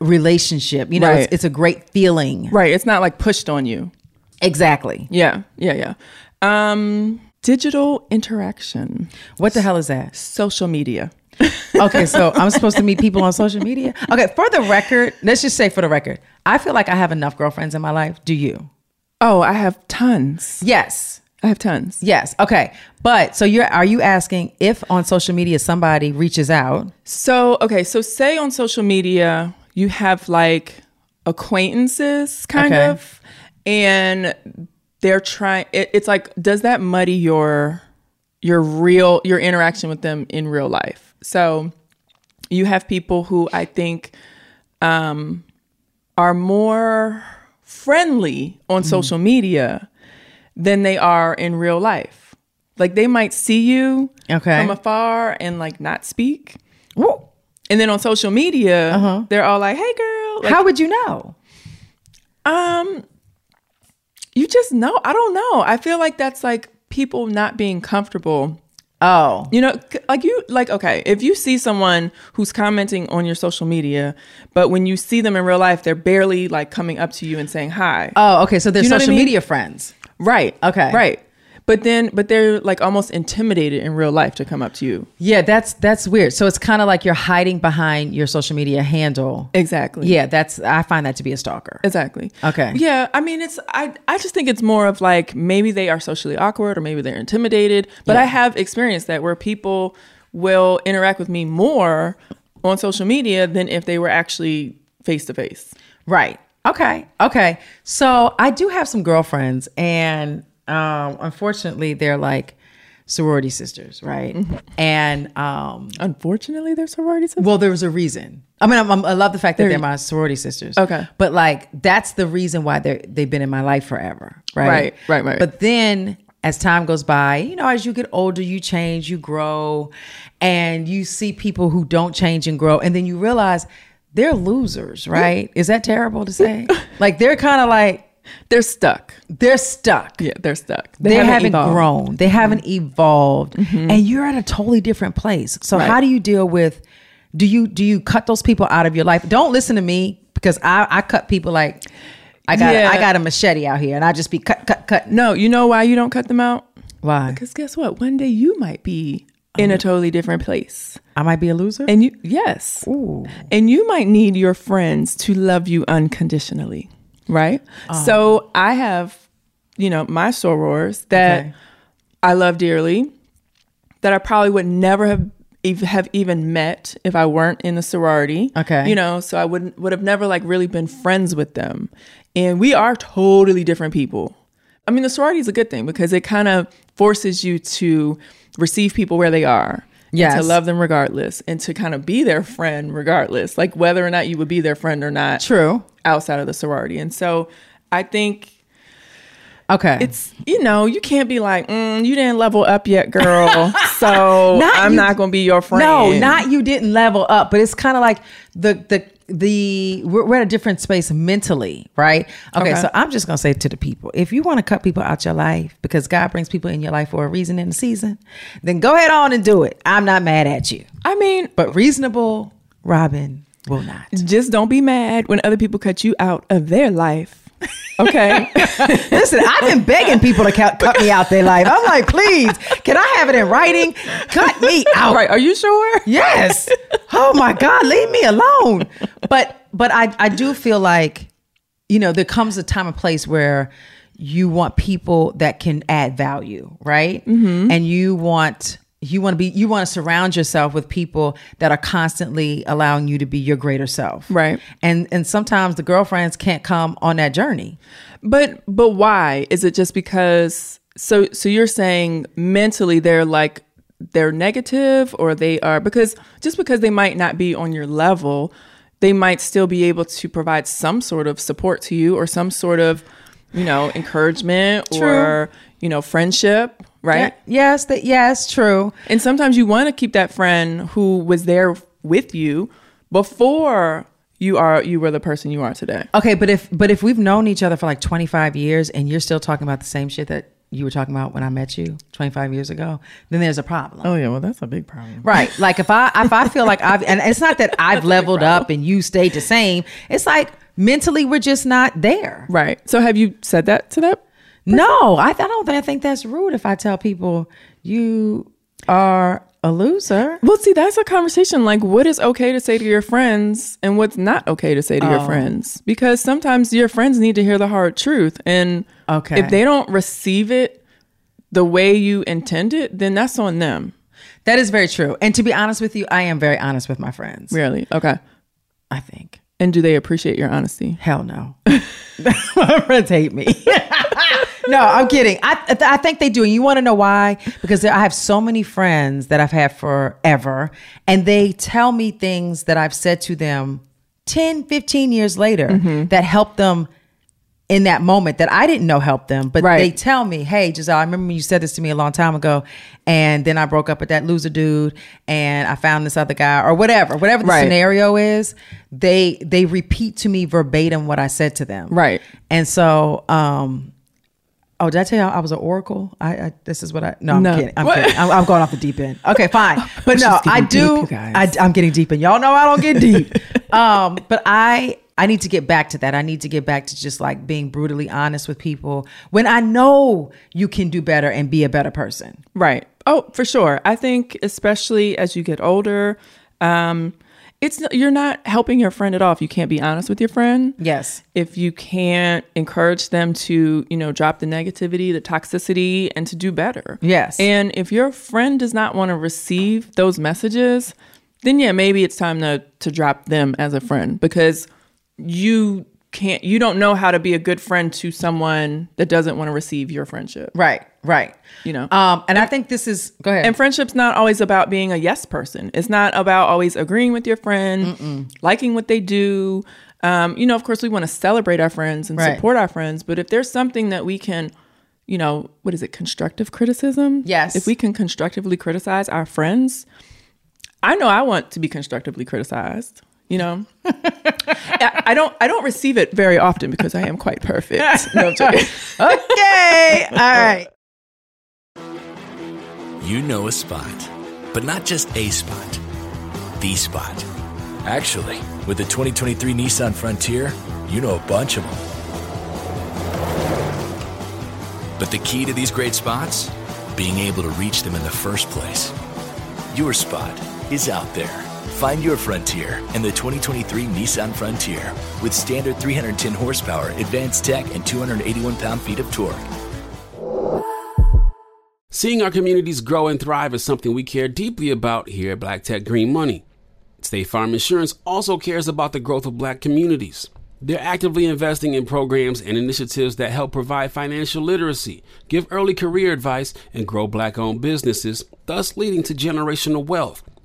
S3: relationship. You know,
S2: Right.
S3: it's, it's a great feeling.
S2: Right. It's not like pushed on you.
S3: Exactly.
S2: Yeah. Yeah. Yeah. Um, digital interaction,
S3: What the hell is that?
S2: social media.
S3: Okay, so I'm supposed to meet people on social media. Okay, for the record, let's just say for the record, I feel like I have enough girlfriends in my life. Do you?
S2: Oh, I have tons.
S3: Yes.
S2: I have tons.
S3: Yes. Okay. But so you're are you asking if on social media somebody reaches out?
S2: So, okay. So, say on social media, you have like acquaintances, kind
S3: Okay.
S2: of, and they're trying, it, it's like, does that muddy your, your real, your interaction with them in real life? So, you have people who I think um, are more friendly on
S3: Mm-hmm.
S2: social media than they are in real life. Like they might see you
S3: Okay.
S2: from afar and like not speak.
S3: Woo.
S2: And then on social media, they're all like, "Hey, girl, like,
S3: Uh-huh. How would you know?
S2: um, you just know." I don't know. I feel like that's like people not being comfortable.
S3: Oh.
S2: You know, c- like you like okay, if you see someone who's commenting on your social media, but when you see them in real life, they're barely like coming up to you and saying hi.
S3: Oh, okay. So they're
S2: You know what I
S3: social
S2: mean?
S3: media friends.
S2: right.
S3: okay.
S2: Right. But then, but they're like almost intimidated in real life to come up to you.
S3: Yeah, that's that's weird. So it's kind of like you're hiding behind your social media handle.
S2: Exactly.
S3: Yeah, that's I find that to be a stalker.
S2: Exactly.
S3: Okay.
S2: Yeah, I mean it's I I just think it's more of like maybe they are socially awkward or maybe they're intimidated, but I have experienced that where people will interact with me more on social media than if they were actually face to face.
S3: Right. Okay. Okay. So I do have some girlfriends, and um, unfortunately, they're like sorority sisters, right?
S2: Mm-hmm.
S3: And um,
S2: Unfortunately, there's sorority sisters.
S3: (laughs) Well, there was a reason. I mean, I'm, I'm, I love the fact that they're my sorority sisters.
S2: Okay.
S3: but like that's the reason why they they've been in my life forever, right?
S2: Right, right, right.
S3: But then as time goes by, you know, as you get older, you change, you grow, and you see people who don't change and grow, and then you realize they're losers,
S2: Mm.
S3: right? Is that terrible to say?
S2: (laughs)
S3: like they're kind of like
S2: They're stuck.
S3: they're stuck.
S2: Yeah, they're stuck.
S3: They, haven't, Mm-hmm.
S2: evolved.
S3: grown. They haven't evolved, and you're at a totally different place. So how do you deal with? Do you do you cut those people out of your life? Don't listen to me. because I, I cut people like I got
S2: Yeah.
S3: I got a machete out here and I just be cut cut cut.
S2: No, you know why you don't cut them out?
S3: Why?
S2: Because guess what? One day you might be in a totally different place.
S3: I might be a loser.
S2: And you, yes. And you might need your friends to love you unconditionally, right?
S3: Ah.
S2: So I have, you know, my sorors that
S3: Okay.
S2: I love dearly that I probably would never have ev- have even met if I weren't in the sorority.
S3: Okay.
S2: You know, so I wouldn't would have never like really been friends with them. And we are totally different people. I mean, the sorority is a good thing because it kind of forces you to receive people where they are. and
S3: Yes.
S2: to love them regardless and to kind of be their friend regardless, like whether or not you would be their friend or not.
S3: True.
S2: Outside of the sorority. And so I think
S3: Okay.
S2: it's you know you can't be like mm, you didn't level up yet
S3: (laughs)
S2: girl so
S3: Not
S2: i'm
S3: you-
S2: not gonna be your friend
S3: No, not you didn't level up, but it's kind of like the the the we're, we're at a different space mentally, right? Okay,
S2: Okay.
S3: so I'm just gonna say to the people, if you want to cut people out your life because God brings people in your life for a reason and a season, then go ahead on and do it. I'm not mad at you,
S2: i mean
S3: but reasonable Robin
S2: (laughs)
S3: will not.
S2: just don't be mad when other people cut you out of their life
S3: (laughs)
S2: okay
S3: Listen, I've been begging people to cut, cut me out their life. I'm like, please, can I have it in writing? Cut me out.
S2: (laughs) right are you sure
S3: Yes. Oh my God, leave me alone. But but I I do feel like, you know, there comes a time and place where you want people that can add value, right? And you want you want to be you want to surround yourself with people that are constantly allowing you to be your greater self.
S2: Right.
S3: And and sometimes the girlfriends can't come on that journey.
S2: but but why is it just because so so you're saying mentally they're like they're negative or they are because just because they might not be on your level they might still be able to provide some sort of support to you or some sort of you know encouragement or you know friendship right
S3: Yes, that yes, true.
S2: and sometimes you want to keep that friend who was there with you before you are you were the person you are today
S3: Okay, but if but if we've known each other for like 25 years and you're still talking about the same shit that you were talking about when I met you 25 years ago, then there's a problem.
S2: oh yeah well that's a big problem
S3: Right. Like if I if I feel like I've and it's
S2: (laughs)
S3: not that I've leveled up and you stayed the same. It's like mentally we're just not there.
S2: right so have you said that to that
S3: No, I, I don't think I think that's rude if I tell people you are a loser.
S2: Well, see, that's a conversation. Like, what is okay to say to your friends and what's not okay to say to your friends? Because sometimes your friends need to hear the hard truth. And
S3: Okay.
S2: if they don't receive it the way you intend it, then that's on them.
S3: That is very true. And to be honest with you, I am very honest with my friends.
S2: Really? Okay.
S3: I think.
S2: And do they appreciate your honesty?
S3: Hell no. (laughs) My friends hate me. (laughs) no, I'm kidding. I, I th- I think they do. And you want to know why? Because there, I have so many friends that I've had forever, and they tell me things that I've said to them 10, 15 years later that helped them in that moment that I didn't know helped them. But
S2: Right.
S3: they tell me, hey, Giselle, I remember when you said this to me a long time ago. And then I broke up with that loser dude and I found this other guy or whatever, whatever the
S2: Right.
S3: scenario is, they they repeat to me verbatim what I said to them.
S2: Right.
S3: And so, um, oh, did I tell you I was an oracle? I, I this is what I no, I'm
S2: No.
S3: kidding. I'm
S2: What?
S3: kidding. I'm, I'm going off the deep end.
S2: (laughs)
S3: Okay, fine. But
S2: She's
S3: no, I
S2: getting
S3: do.
S2: deep, you guys.
S3: I, I'm getting deep, and y'all know I don't get deep. (laughs) um, but I I need to get back to that. I need to get back to just like being brutally honest with people when I know you can do better and be a better person.
S2: Right. Oh, for sure. I think especially as you get older, um, it's you're not helping your friend at all if you can't be honest with your friend.
S3: Yes.
S2: if you can't encourage them to, you know, drop the negativity, the toxicity, and to do better.
S3: Yes.
S2: And if your friend does not want to receive those messages, then yeah, maybe it's time to to drop them as a friend because you can't you don't know how to be a good friend to someone that doesn't want to receive your friendship.
S3: Right. Right.
S2: You know.
S3: Um, and I think this is go ahead.
S2: And friendship's not always about being a yes person. It's not about always agreeing with your friend, liking what they do. Um, you know, of course, we want to celebrate our friends and
S3: Right.
S2: support our friends, but if there's something that we can, you know, what is it, constructive criticism?
S3: Yes.
S2: If we can constructively criticize our friends, I know I want to be constructively criticized. You
S3: (laughs)
S2: know, I, I don't. I don't receive it very often because I am quite perfect.
S3: (laughs)
S2: No, I'm joking.
S3: okay.
S2: (laughs)
S3: All right.
S6: You know a spot, but not just a spot, the spot. Actually, with the 2023 Nissan Frontier, you know a bunch of them. But the key to these great spots? Being able to reach them in the first place. Your spot is out there. Find your frontier in the 2023 Nissan Frontier with standard 310 horsepower, advanced tech, and 281 pound feet of torque.
S7: Seeing our communities grow and thrive is something we care deeply about here at Black Tech Green Money. State Farm Insurance also cares about the growth of black communities. They're actively investing in programs and initiatives that help provide financial literacy, give early career advice, and grow black owned businesses, thus leading to generational wealth,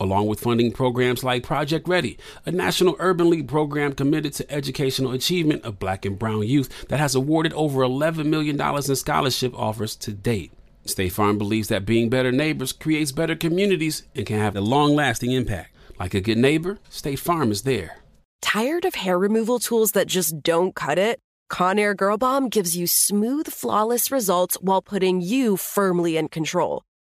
S7: along with funding programs like Project Ready, a national urban league program committed to educational achievement of black and brown youth that has awarded over $11 million in scholarship offers to date. State Farm believes that being better neighbors creates better communities and can have a long lasting impact. Like a good neighbor, State Farm is there.
S1: Tired of hair removal tools that just don't cut it? Conair Girl Bomb gives you smooth, flawless results while putting you firmly in control.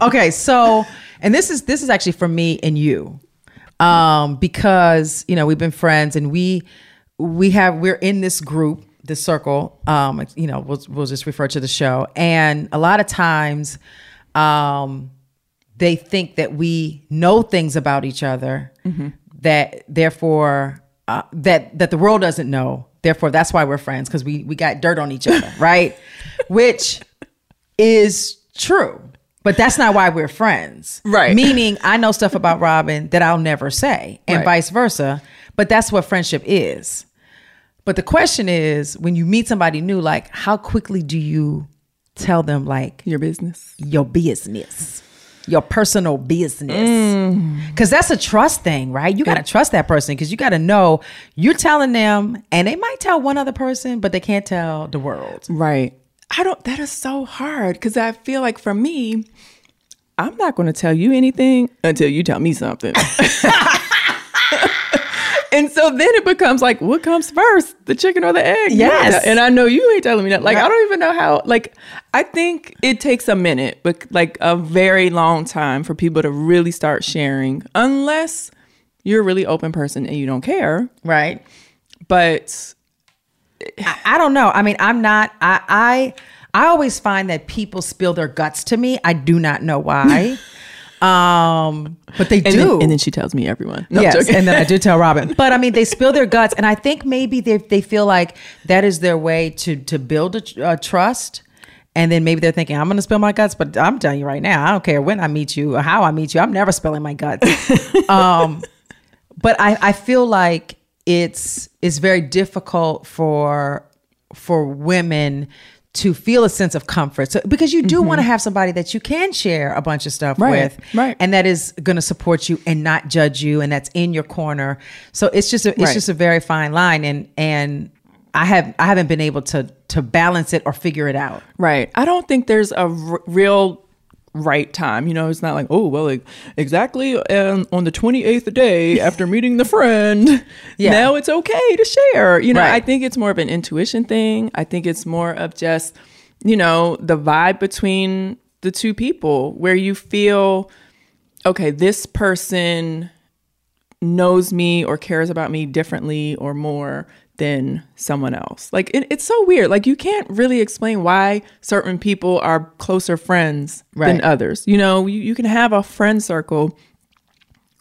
S3: Okay, so and this is this is actually for me and you. Um because, you know, we've been friends and we we have we're in this group, this circle. Um you know, we'll we'll just refer to the show and a lot of times um they think that we know things about each other that therefore uh, that that the world doesn't know. Therefore, that's why we're friends because we we got dirt on
S2: (laughs)
S3: each other, right? Which is true, but that's not why we're friends,
S2: Right.
S3: Meaning, I know stuff about Robin that I'll never say, and
S2: Right.
S3: vice versa. But that's what friendship is. But the question is, when you meet somebody new, like how quickly do you tell them like
S2: Your business.
S3: your business, your personal business.
S2: Mm.
S3: Because that's a trust thing, right? You got to trust that person because you got to know you're telling them, and they might tell one other person, but they can't tell the world.
S2: Right. I don't, that is so hard because I feel like for me, I'm not going to tell you anything until you tell me something. (laughs) and so then it becomes like, what comes first, the chicken or the egg? You
S3: Yes.
S2: ain't tell- And I know you ain't telling me that. Like, I
S3: Right.
S2: don't even know how, like, I think it takes a minute, but like a very long time for people to really start sharing, unless you're a really open person and you don't care.
S3: Right.
S2: But
S3: I don't know. I mean, I'm not. I I I always find that people spill their guts to me. I do not know why.
S2: (laughs)
S3: um, but they
S2: and,
S3: do.
S2: Then, and then she tells me everyone. No, I'm
S3: yes,
S2: joking.
S3: and then I do tell
S2: (laughs)
S3: Robin. But I mean, they spill their guts, and I think maybe they they feel like that is their way to to build a tr- uh, trust. And then maybe they're thinking, I'm going to spill my guts, but I'm telling you right now, I don't care when I meet you or how I meet you, I'm never spilling my guts. um, but I, I feel like it's it's very difficult for for women to feel a sense of comfort so, because you do want to have somebody that you can share a bunch of stuff
S2: Mm-hmm. Right,
S3: with
S2: right.
S3: and that is going to support you and not judge you and that's in your corner so it's just a, it's
S2: Right.
S3: just a very fine line and and i have i haven't been able to to balance it or figure it out
S2: Right. I don't think there's a r- real right time. You know, it's not like, oh, well, like, exactly um, on the 28th
S3: (laughs)
S2: day after meeting the friend,
S3: Yeah.
S2: now it's okay to share. You know,
S3: Right.
S2: I think it's more of an intuition thing. I think it's more of just, you know, the vibe between the two people where you feel okay, this person knows me or cares about me differently or more than someone else. Like it, it's so weird. Like you can't really explain why certain people are closer friends
S3: Right.
S2: than others. You know, you, you can have a friend circle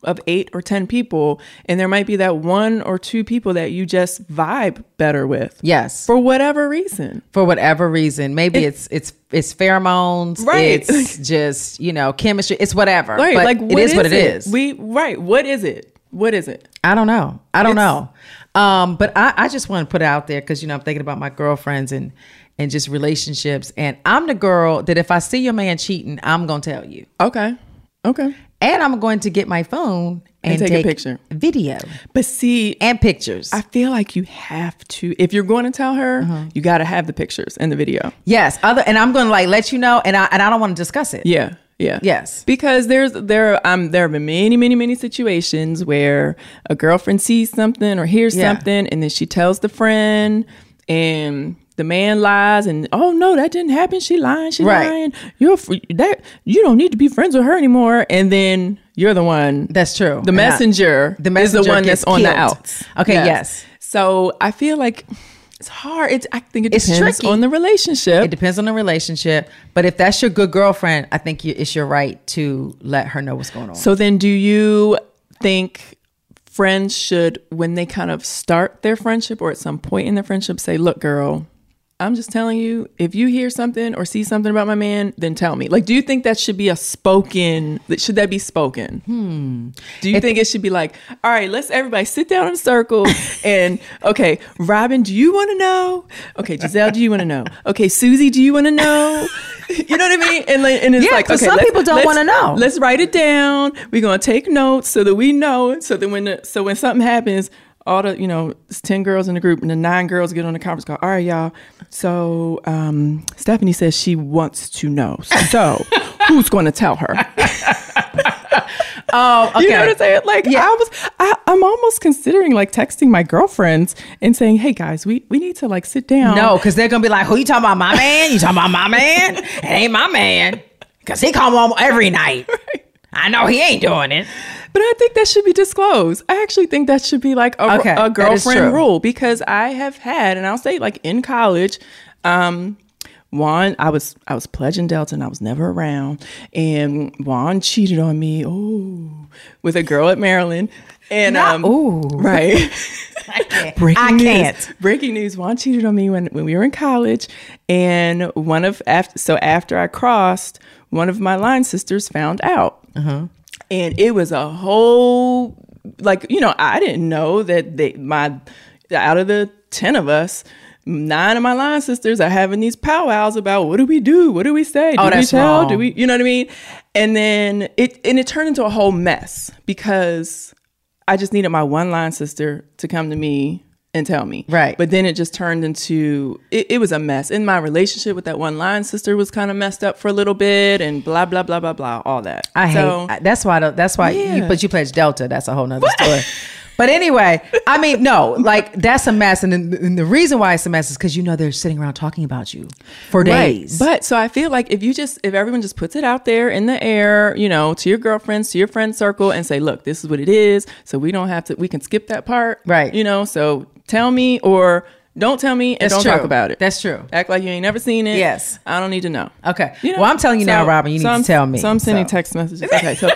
S2: of eight or 10 people, and there might be that one or two people that you just vibe better with
S3: Yes. For,
S2: for whatever reason.
S3: whatever reason. Maybe it's it's it's pheromones.
S2: Right. (laughs)
S3: It's just, you know, chemistry. It's whatever.
S2: Right.
S3: but
S2: like
S3: it is, what it is.
S2: We, right. What is it? What is it?
S3: I don't know. I don't
S2: It's-
S3: know. Um, but I, I just want to put it out there because you know I'm thinking about my girlfriends and and just relationships. And I'm the girl that if I see your man cheating, I'm gonna tell you,
S2: Okay. Okay.
S3: and I'm going to get my phone and,
S2: take a picture.
S3: video
S2: But see,
S3: and pictures.
S2: I feel like you have to. If you're going to tell her,
S3: Uh-huh.
S2: you got to have the pictures and the video.
S3: yes, other and I'm going to like let you know, and I and I don't want to discuss it.
S2: Yeah, yeah,
S3: Yes.
S2: Because there's there um there have been many many many situations where a girlfriend sees something or hears
S3: Yeah.
S2: something, and then she tells the friend, and the man lies, and oh no, that didn't happen. She lying. She
S3: Right.
S2: lying. You're fr- that you don't need to be friends with her anymore. And then you're the one
S3: That's true.
S2: The
S3: And I-
S2: messenger,
S3: the
S2: is
S3: messenger
S2: the one
S3: gets
S2: that's on
S3: killed.
S2: the outs.
S3: Okay, yes.
S2: So I feel like it's hard. It's I think it
S3: It's
S2: depends
S3: tricky.
S2: on the relationship.
S3: It depends on the relationship, but if that's your good girlfriend, I think you, it's your right to let her know what's going on.
S2: So then, do you think friends should, when they kind of start their friendship or at some point in their friendship, say, "Look, girl, I'm just telling you, if you hear something or see something about my man, then tell me." Like, do you think that should be a spoken? that- Should that be spoken? Hmm. Do you think it should be like, "All right, let's everybody sit down in a
S3: (laughs)
S2: circle and okay, Robin, do you want to know? Okay, Giselle, do you want to know? Okay, Susie, do you want to know? you know what I mean? And like, and it's
S3: Yeah,
S2: like,
S3: 'cause
S2: okay,
S3: some
S2: let's-
S3: people don't
S2: let's-
S3: wanna know.
S2: Let's let's write it down. We're gonna take notes so that we know. So that when the, so when something happens, all the you know, it's ten girls in the group, and the nine girls get on the conference call. All right, y'all. So um, Stephanie says she wants to know.
S3: (laughs)
S2: So who's gonna tell her?
S3: oh, okay.
S2: You know what I'm saying? Like I was, I, I'm almost considering like texting my girlfriends and saying, "Hey guys, we we need to like sit down."
S3: No, because they're gonna be like, "Who you talking about? My man? You talking about my man? It ain't my man, cause he come home every (laughs) night. I know he ain't doing it.
S2: But I think that should be disclosed. I actually think that should be like a,
S3: Okay,
S2: a
S3: that is true.
S2: girlfriend rule because I have had, and I'll say like in college, um, Juan, I was I was pledging Delta and I was never around, and Juan cheated on me. Oh, with a girl at Maryland, and um,
S3: ooh.
S2: right. (laughs) Breaking
S3: (laughs) I
S2: news.
S3: can't.
S2: Breaking news. Juan cheated on me when, when we were in college. And one of, after, so after I crossed, one of my line sisters found out. And it was a whole, like, you know, I didn't know that they, my, out of the 10 of us, Nine of my line sisters are having these powwows about what do we do? What do we say? Do
S3: Oh,
S2: we
S3: that's
S2: tell? Do
S3: wrong.
S2: we you know what I mean? And then it and it turned into a whole mess because I just needed my one line sister to come to me and tell me.
S3: Right.
S2: But then it just turned into it, it was a mess. And my relationship with that one line sister was kind of messed up for a little bit and blah blah blah blah blah all that.
S3: I
S2: So-
S3: hate. I- That's why. I don't- That's why. You,
S2: Yeah.
S3: but you pledged Delta. That's a whole nother (laughs) story. But anyway, I mean, no, like that's a mess, and, then- and the reason why it's a mess is because you know they're sitting around talking about you for days.
S2: But so I feel like if you just if everyone just puts it out there in the air, you know, to your girlfriends, to your friend circle and say, "Look, this is what it is." So we don't have to we can skip that part.
S3: Right.
S2: You know, so tell me or don't tell me and
S3: That's
S2: don't
S3: true.
S2: talk about it.
S3: That's true.
S2: Act like you ain't never seen it.
S3: Yes.
S2: I don't need to know.
S3: Okay. Well, I'm telling you now, Robin, you need to
S2: I'm-
S3: tell me,
S2: So I'm sending
S3: so.
S2: text messages. Okay.
S3: (laughs)
S2: So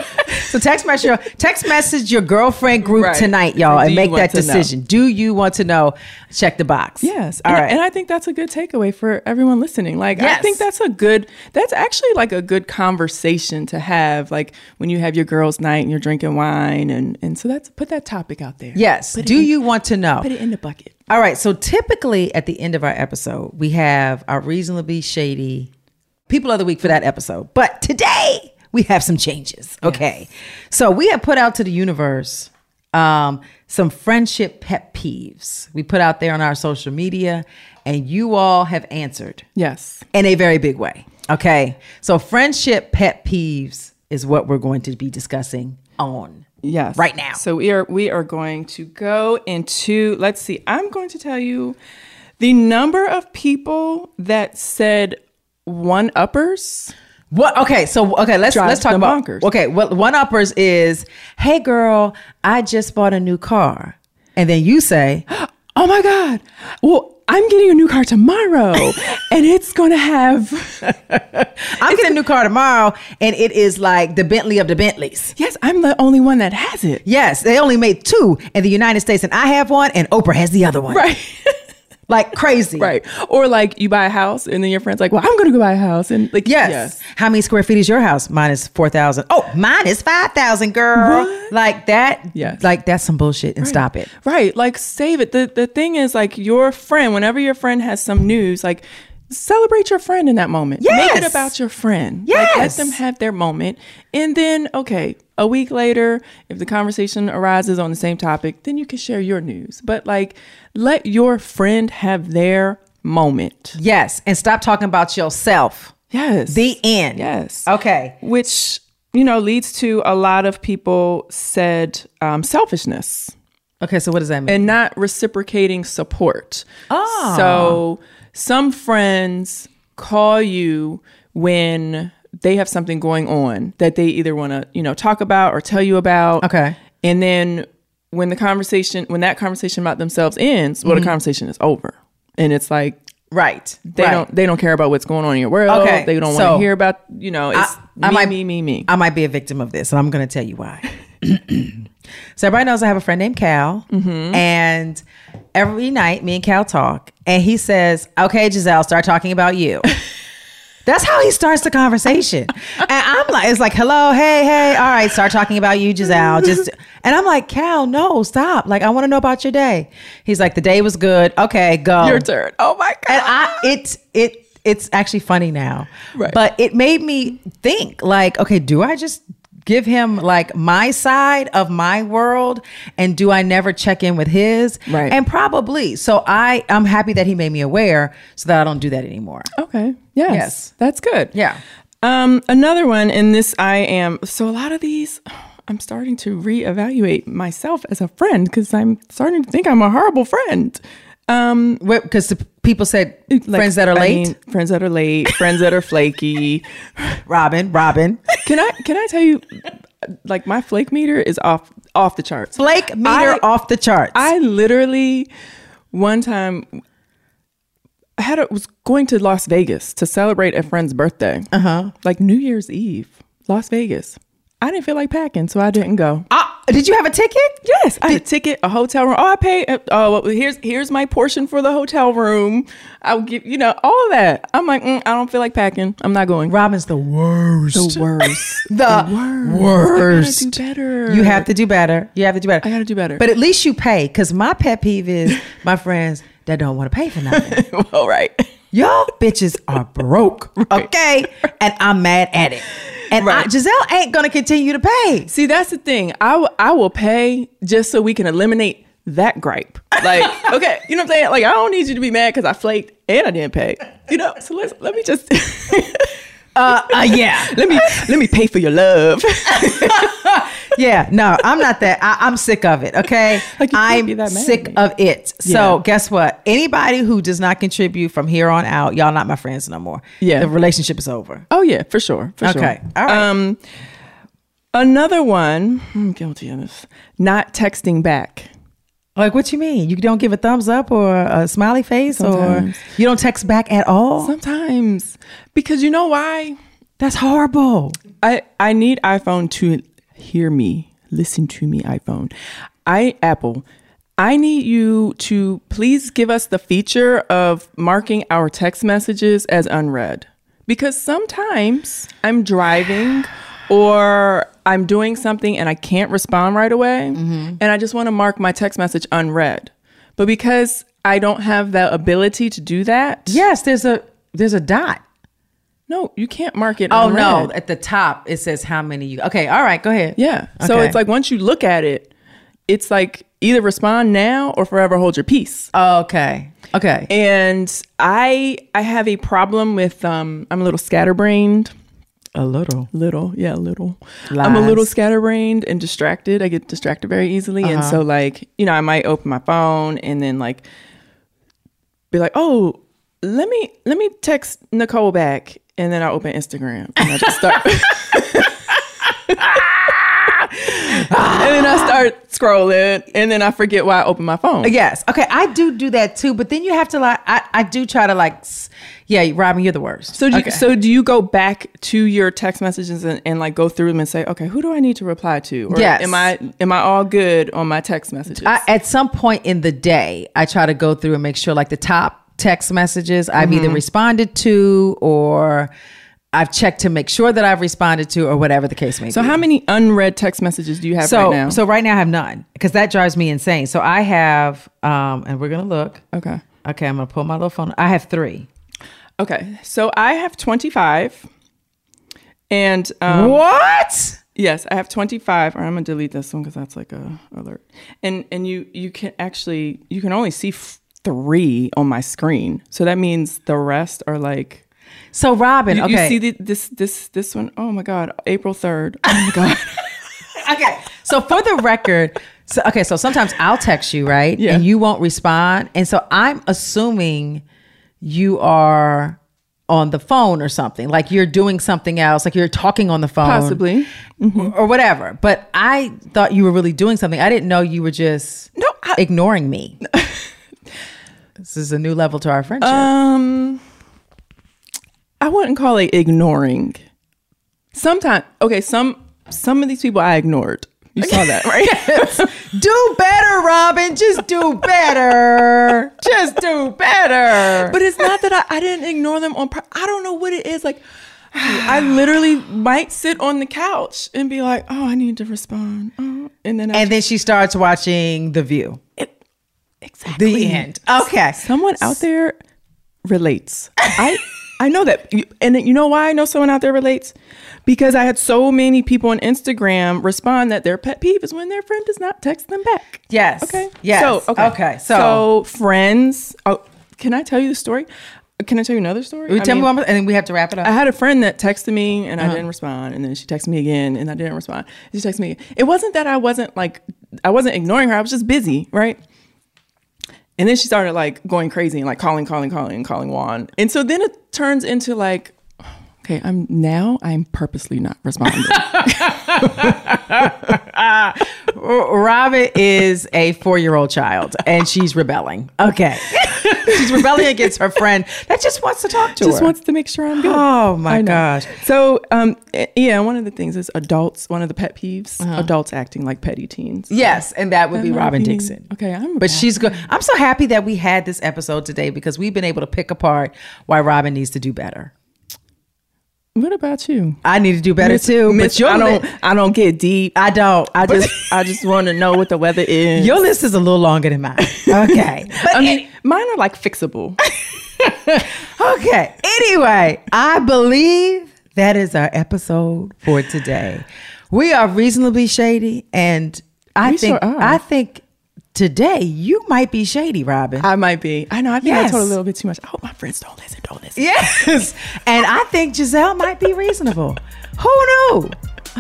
S3: so text message your text message your girlfriend group
S2: Right.
S3: tonight, y'all,
S2: Do
S3: and
S2: you
S3: make
S2: want
S3: that
S2: to know?
S3: decision. Do you want to know? Check the box.
S2: Yes.
S3: All
S2: and,
S3: right.
S2: And I think that's a good takeaway for everyone listening. Like,
S3: Yes.
S2: I think that's a good, that's actually like a good conversation to have, like when you have your girls' night and you're drinking wine. And, and so that's, put that topic out there.
S3: yes.
S2: Put it
S3: Do
S2: in-
S3: you want to know?
S2: Put it in the bucket.
S3: All right. So typically at the end of our episode, we have our reasonably shady people of the week for that episode. But today we have some changes. Okay. So we have put out to the universe um, some friendship pet peeves. We put out there on our social media, and you all have answered
S2: Yes.
S3: in a very big way. Okay. So friendship pet peeves is what we're going to be discussing on.
S2: Yes.
S3: Right now.
S2: So we are, we are going to go into, let's see, I'm going to tell you the number of people that said one uppers
S3: What? Okay, so okay, let's
S2: Drives
S3: let's talk
S2: them
S3: about
S2: bonkers.
S3: okay. Well, one uppers is, hey girl, I just bought a new car, and then
S2: (laughs)
S3: you say,
S2: (gasps) Oh my God. Well, I'm getting a new car (laughs) tomorrow and it's going to have,
S3: I'm getting a new car tomorrow, and it is like the Bentley of the Bentleys.
S2: yes, I'm the only one that has it.
S3: Yes, they only made two in the United States, and I have one, and Oprah has the other
S2: (laughs)
S3: one.
S2: Right.
S3: like crazy.
S2: right. Or like you buy a house and then your friend's like, well, I'm going to go buy a house. And like,
S3: Yes.
S2: yes.
S3: How many square feet is your house? Mine is four thousand. Oh, mine is five thousand, girl.
S2: What?
S3: Like that.
S2: Yes.
S3: Like that's some bullshit, and stop it.
S2: Right. Like save it. The the thing is like your friend, whenever your friend has some news, like celebrate your friend in that moment. Make it
S3: Yes.
S2: about your friend. Like, let
S3: Yes.
S2: them have their moment. And then okay, a week later, if the conversation arises on the same topic, then you can share your news. But like let your friend have their moment.
S3: Yes, and stop talking about yourself.
S2: Yes.
S3: The end.
S2: Yes.
S3: Okay.
S2: Which you know leads to a lot of people said um, selfishness.
S3: Okay. So what does that mean?
S2: and not reciprocating support.
S3: Ah.
S2: Oh. So some friends call you when they have something going on that they either want to, you know, talk about or tell you about.
S3: Okay.
S2: And then when the conversation when that conversation about themselves ends,
S3: Mm-hmm.
S2: well the conversation is over. And it's like
S3: right.
S2: they
S3: right.
S2: don't they don't care about what's going on in your world.
S3: Okay,
S2: They don't want
S3: so
S2: to hear about, you know, it's me,
S3: might,
S2: me, me, me.
S3: I might be a victim of this, and I'm going to tell you why. (clears throat) so everybody knows I have a friend named Cal,
S2: Mm-hmm.
S3: and every night me and Cal talk, and he says, "Okay, Giselle, start talking about
S2: (laughs)
S3: you." That's how he starts the conversation, and I'm like, "It's like, hello, hey, hey, all right, start talking about you,
S2: (laughs)
S3: Giselle." Just, and I'm like, "Cal, no, stop! Like, I want to know about your day." He's like, "The day was good. Okay, go.
S2: your turn. Oh my god.
S3: And I it it it's actually funny now.
S2: Right.
S3: But it made me think like, okay, do I just give him like my side of my world and do I never check in with his?
S2: Right.
S3: And probably. So I I'm happy that he made me aware so that I don't do that anymore.
S2: okay. Yes.
S3: Yes.
S2: That's good.
S3: Yeah.
S2: Um, another one, and this I am. So a lot of these, I'm starting to reevaluate myself as a friend because I'm starting to think I'm a horrible friend.
S3: Because the people said
S2: Like,
S3: friends that are
S2: I
S3: late.
S2: mean, friends that are late, friends that are flaky.
S3: Robin, Robin.
S2: Can I can I tell you, like my flake meter is off off the charts.
S3: Flake
S2: (laughs)
S3: meter
S2: I-
S3: off the charts.
S2: I literally one time I had a, was going to Las Vegas to celebrate a friend's birthday. Uh
S3: Uh-huh.
S2: huh. Like New Year's Eve, Las Vegas. I didn't feel like packing, so I didn't go.
S3: Ah, did you have a ticket?
S2: Yes, I had a ticket, a hotel room. Oh, I paid. uh, Oh, well, here's here's my portion for the hotel room. I'll give you know all that. I'm like, mm, I don't feel like packing. I'm not going.
S3: Robin's the worst.
S2: The (laughs) worst.
S3: The
S2: I gotta
S3: worst.
S2: do better.
S3: You have to do better. You have to do better.
S2: I gotta do better.
S3: But at least you pay. Because my pet peeve
S2: (laughs)
S3: is my friends that don't want to pay for nothing.
S2: all right.
S3: Y'all bitches are
S2: (laughs)
S3: broke. Okay. And I'm mad at it. And I,
S2: Right.
S3: Giselle ain't going to continue to pay.
S2: See, that's the thing. I w- I will pay just so we can eliminate that gripe. Like, okay, you know what I'm saying? Like, I don't need you to be mad because I flaked and I didn't pay. You know, so let's let me just (laughs)
S3: Uh, uh, yeah.
S2: let me let me pay for your love.
S3: (laughs)
S2: (laughs)
S3: yeah. No, I'm not that. I, I'm sick of it. Okay.
S2: (laughs) Like, you can't
S3: I'm
S2: be that mad at
S3: sick
S2: me.
S3: of it. So
S2: Yeah.
S3: guess what? Anybody who does not contribute from here on out, y'all not my friends no more.
S2: Yeah.
S3: The relationship is over.
S2: Oh yeah, for sure. For sure.
S3: Okay. All right.
S2: Um, another one. I'm guilty of this. Not texting back.
S3: Like what you mean? You don't give a thumbs up or a smiley face
S2: Sometimes.
S3: or you don't text back at all?
S2: Sometimes, because you know why?
S3: That's horrible.
S2: I I need iPhone to hear me, listen to me, iPhone. I Apple. I need you to please give us the feature of marking our text messages as unread because sometimes I'm driving or I'm doing something and I can't respond right away
S3: Mm-hmm.
S2: and I just want to mark my text message unread. But because I don't have the ability to do that.
S3: Yes, there's a there's a dot.
S2: No, you can't mark it
S3: Oh
S2: unread.
S3: no, at the top it says how many you Okay, all right, go ahead.
S2: Yeah. So
S3: Okay.
S2: it's like once you look at it, it's like either respond now or forever hold your peace.
S3: Okay. Okay.
S2: And I I have a problem with um I'm a little scatterbrained.
S3: a little.
S2: Little, yeah, little. I'm a little
S3: Lies.
S2: scatterbrained and distracted. I get distracted very easily. And so like, you know, I might open my phone and then like be like, oh, Let me let me text Nicole back, and then I'll open Instagram. And I just start. (laughs) and then I start scrolling, and then I forget why I opened my phone.
S3: Uh, Yes. Okay. I do do that too, but then you have to like, I, I do try to like, s- yeah, Robin, you're the worst.
S2: So do you, so do you go back to your text messages and, and like go through them and say, okay, who do I need to reply to? Or
S3: Yes.
S2: Am I am I all good on my text messages?
S3: I, at some point in the day, I try to go through and make sure like the top text messages I've either responded to or I've checked to make sure that I've responded to or whatever the case may be.
S2: so how many unread text messages do you have
S3: so
S2: right now?
S3: so right now I have none because that drives me insane. So I have um and we're gonna look.
S2: okay.
S3: Okay, I'm gonna pull my little phone. I have three.
S2: Okay. So I have 25. And um,
S3: what?
S2: yes, I have 25. Or I'm gonna delete this one because that's like a alert. And and you you can actually you can only see f- three on my screen. So that means the rest are like
S3: So Robin,
S2: you, you
S3: okay.
S2: see the, this this this one. Oh my god, April third. Oh (laughs) my god.
S3: okay. So for the record, so, okay, so sometimes I'll text you, right?
S2: Yeah.
S3: And you won't respond. And so I'm assuming you are on the phone or something. Like you're doing something else, like you're talking on the phone.
S2: Possibly.
S3: Or whatever. But I thought you were really doing something. I didn't know you were just
S2: No, I- (laughs)
S3: ignoring me. this is a new level to our friendship.
S2: Um, I wouldn't call it ignoring. Sometimes, okay, some some of these people I ignored. You (laughs) saw that, right?
S3: (laughs) do better, Robin. Just do better. Just do better.
S2: but it's not that I, I didn't ignore them on. pur- I don't know what it is. Like, (sighs) I literally might sit on the couch and be like, "Oh, I need to respond," oh, and then I
S3: And then she starts watching The View.
S2: exactly
S3: the end. Okay.
S2: Someone out there relates. I I know that, you- and you know why I know someone out there relates because I had so many people on Instagram respond that their pet peeve is when their friend does not text them back.
S3: Yes.
S2: Okay.
S3: Yes.
S2: So okay.
S3: Okay. So,
S2: so, friends. Oh, can I tell you the story? Can I tell you another story?
S3: we
S2: I
S3: tell me
S2: mean, Uh-huh.
S3: one, more- and then we have to wrap it up.
S2: I had a friend that texted me and
S3: Uh-huh.
S2: I didn't respond, and then she texted me again and I didn't respond. She texted me. Again. It wasn't that I wasn't like I wasn't ignoring her. I was just busy, right? And then she started like going crazy and like calling, calling, calling, and calling Juan. And so then it turns into like, okay, I'm now I'm purposely not
S3: (laughs)
S2: responding.
S3: R- Robin is a four-year-old child, and she's rebelling.
S2: (laughs)
S3: Okay, she's rebelling against her friend that just wants to talk to
S2: just
S3: her.
S2: wants to make sure I'm good.
S3: Oh, my
S2: I know.
S3: gosh.
S2: So um, eh, yeah, one of the things is adults. One of the pet peeves:
S3: Uh-huh.
S2: adults acting like petty teens.
S3: yes, and that would be
S2: That might
S3: Robin
S2: be-
S3: Dixon.
S2: okay, I'm a
S3: but
S2: bad
S3: she's good. I'm so happy that we had this episode today because we've been able to pick apart why Robin needs to do better.
S2: What about you?
S3: I need to do better
S2: Miss-
S3: too,
S2: Miss-
S3: but you're
S2: I
S3: li-
S2: don't. I don't get deep.
S3: I don't.
S2: I (laughs) just. I just want to know what the weather is.
S3: Your list is a little longer
S2: (laughs)
S3: than mine. Okay. But
S2: I (laughs) mean, mine are like fixable.
S3: Okay. Anyway, I believe that is our episode for today. We are reasonably shady, and I
S2: We
S3: think
S2: sure are.
S3: I think today you might be shady, Robin.
S2: I might be. I know. I think
S3: Yes.
S2: I told a little bit too much. I hope my friends don't listen. Don't listen.
S3: yes, and I think Giselle might be reasonable. Who knew?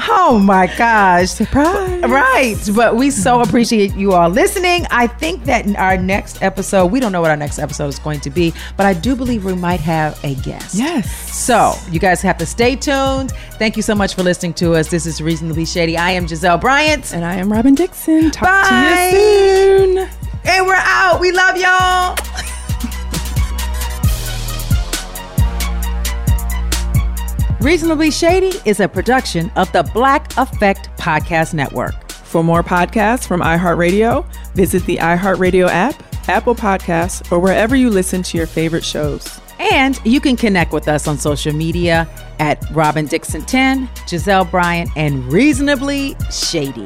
S3: Oh my gosh.
S2: Surprise.
S3: Right. But we so appreciate you all listening. I think that in our next episode, we don't know what our next episode is going to be, but I do believe we might have a guest.
S2: Yes.
S3: So you guys have to stay tuned. Thank you so much for listening to us. This is Reasonably Shady. I am Giselle Bryant,
S2: And I am Robin Dixon. Talk
S3: Bye.
S2: to you soon.
S3: and we're out. We love y'all. (laughs) Reasonably Shady is a production of the Black Effect Podcast Network.
S2: For more podcasts from iHeartRadio, visit the iHeartRadio app, Apple Podcasts, or wherever you listen to your favorite shows.
S3: And you can connect with us on social media at Robin Dixon 10, Giselle Bryant, and Reasonably Shady.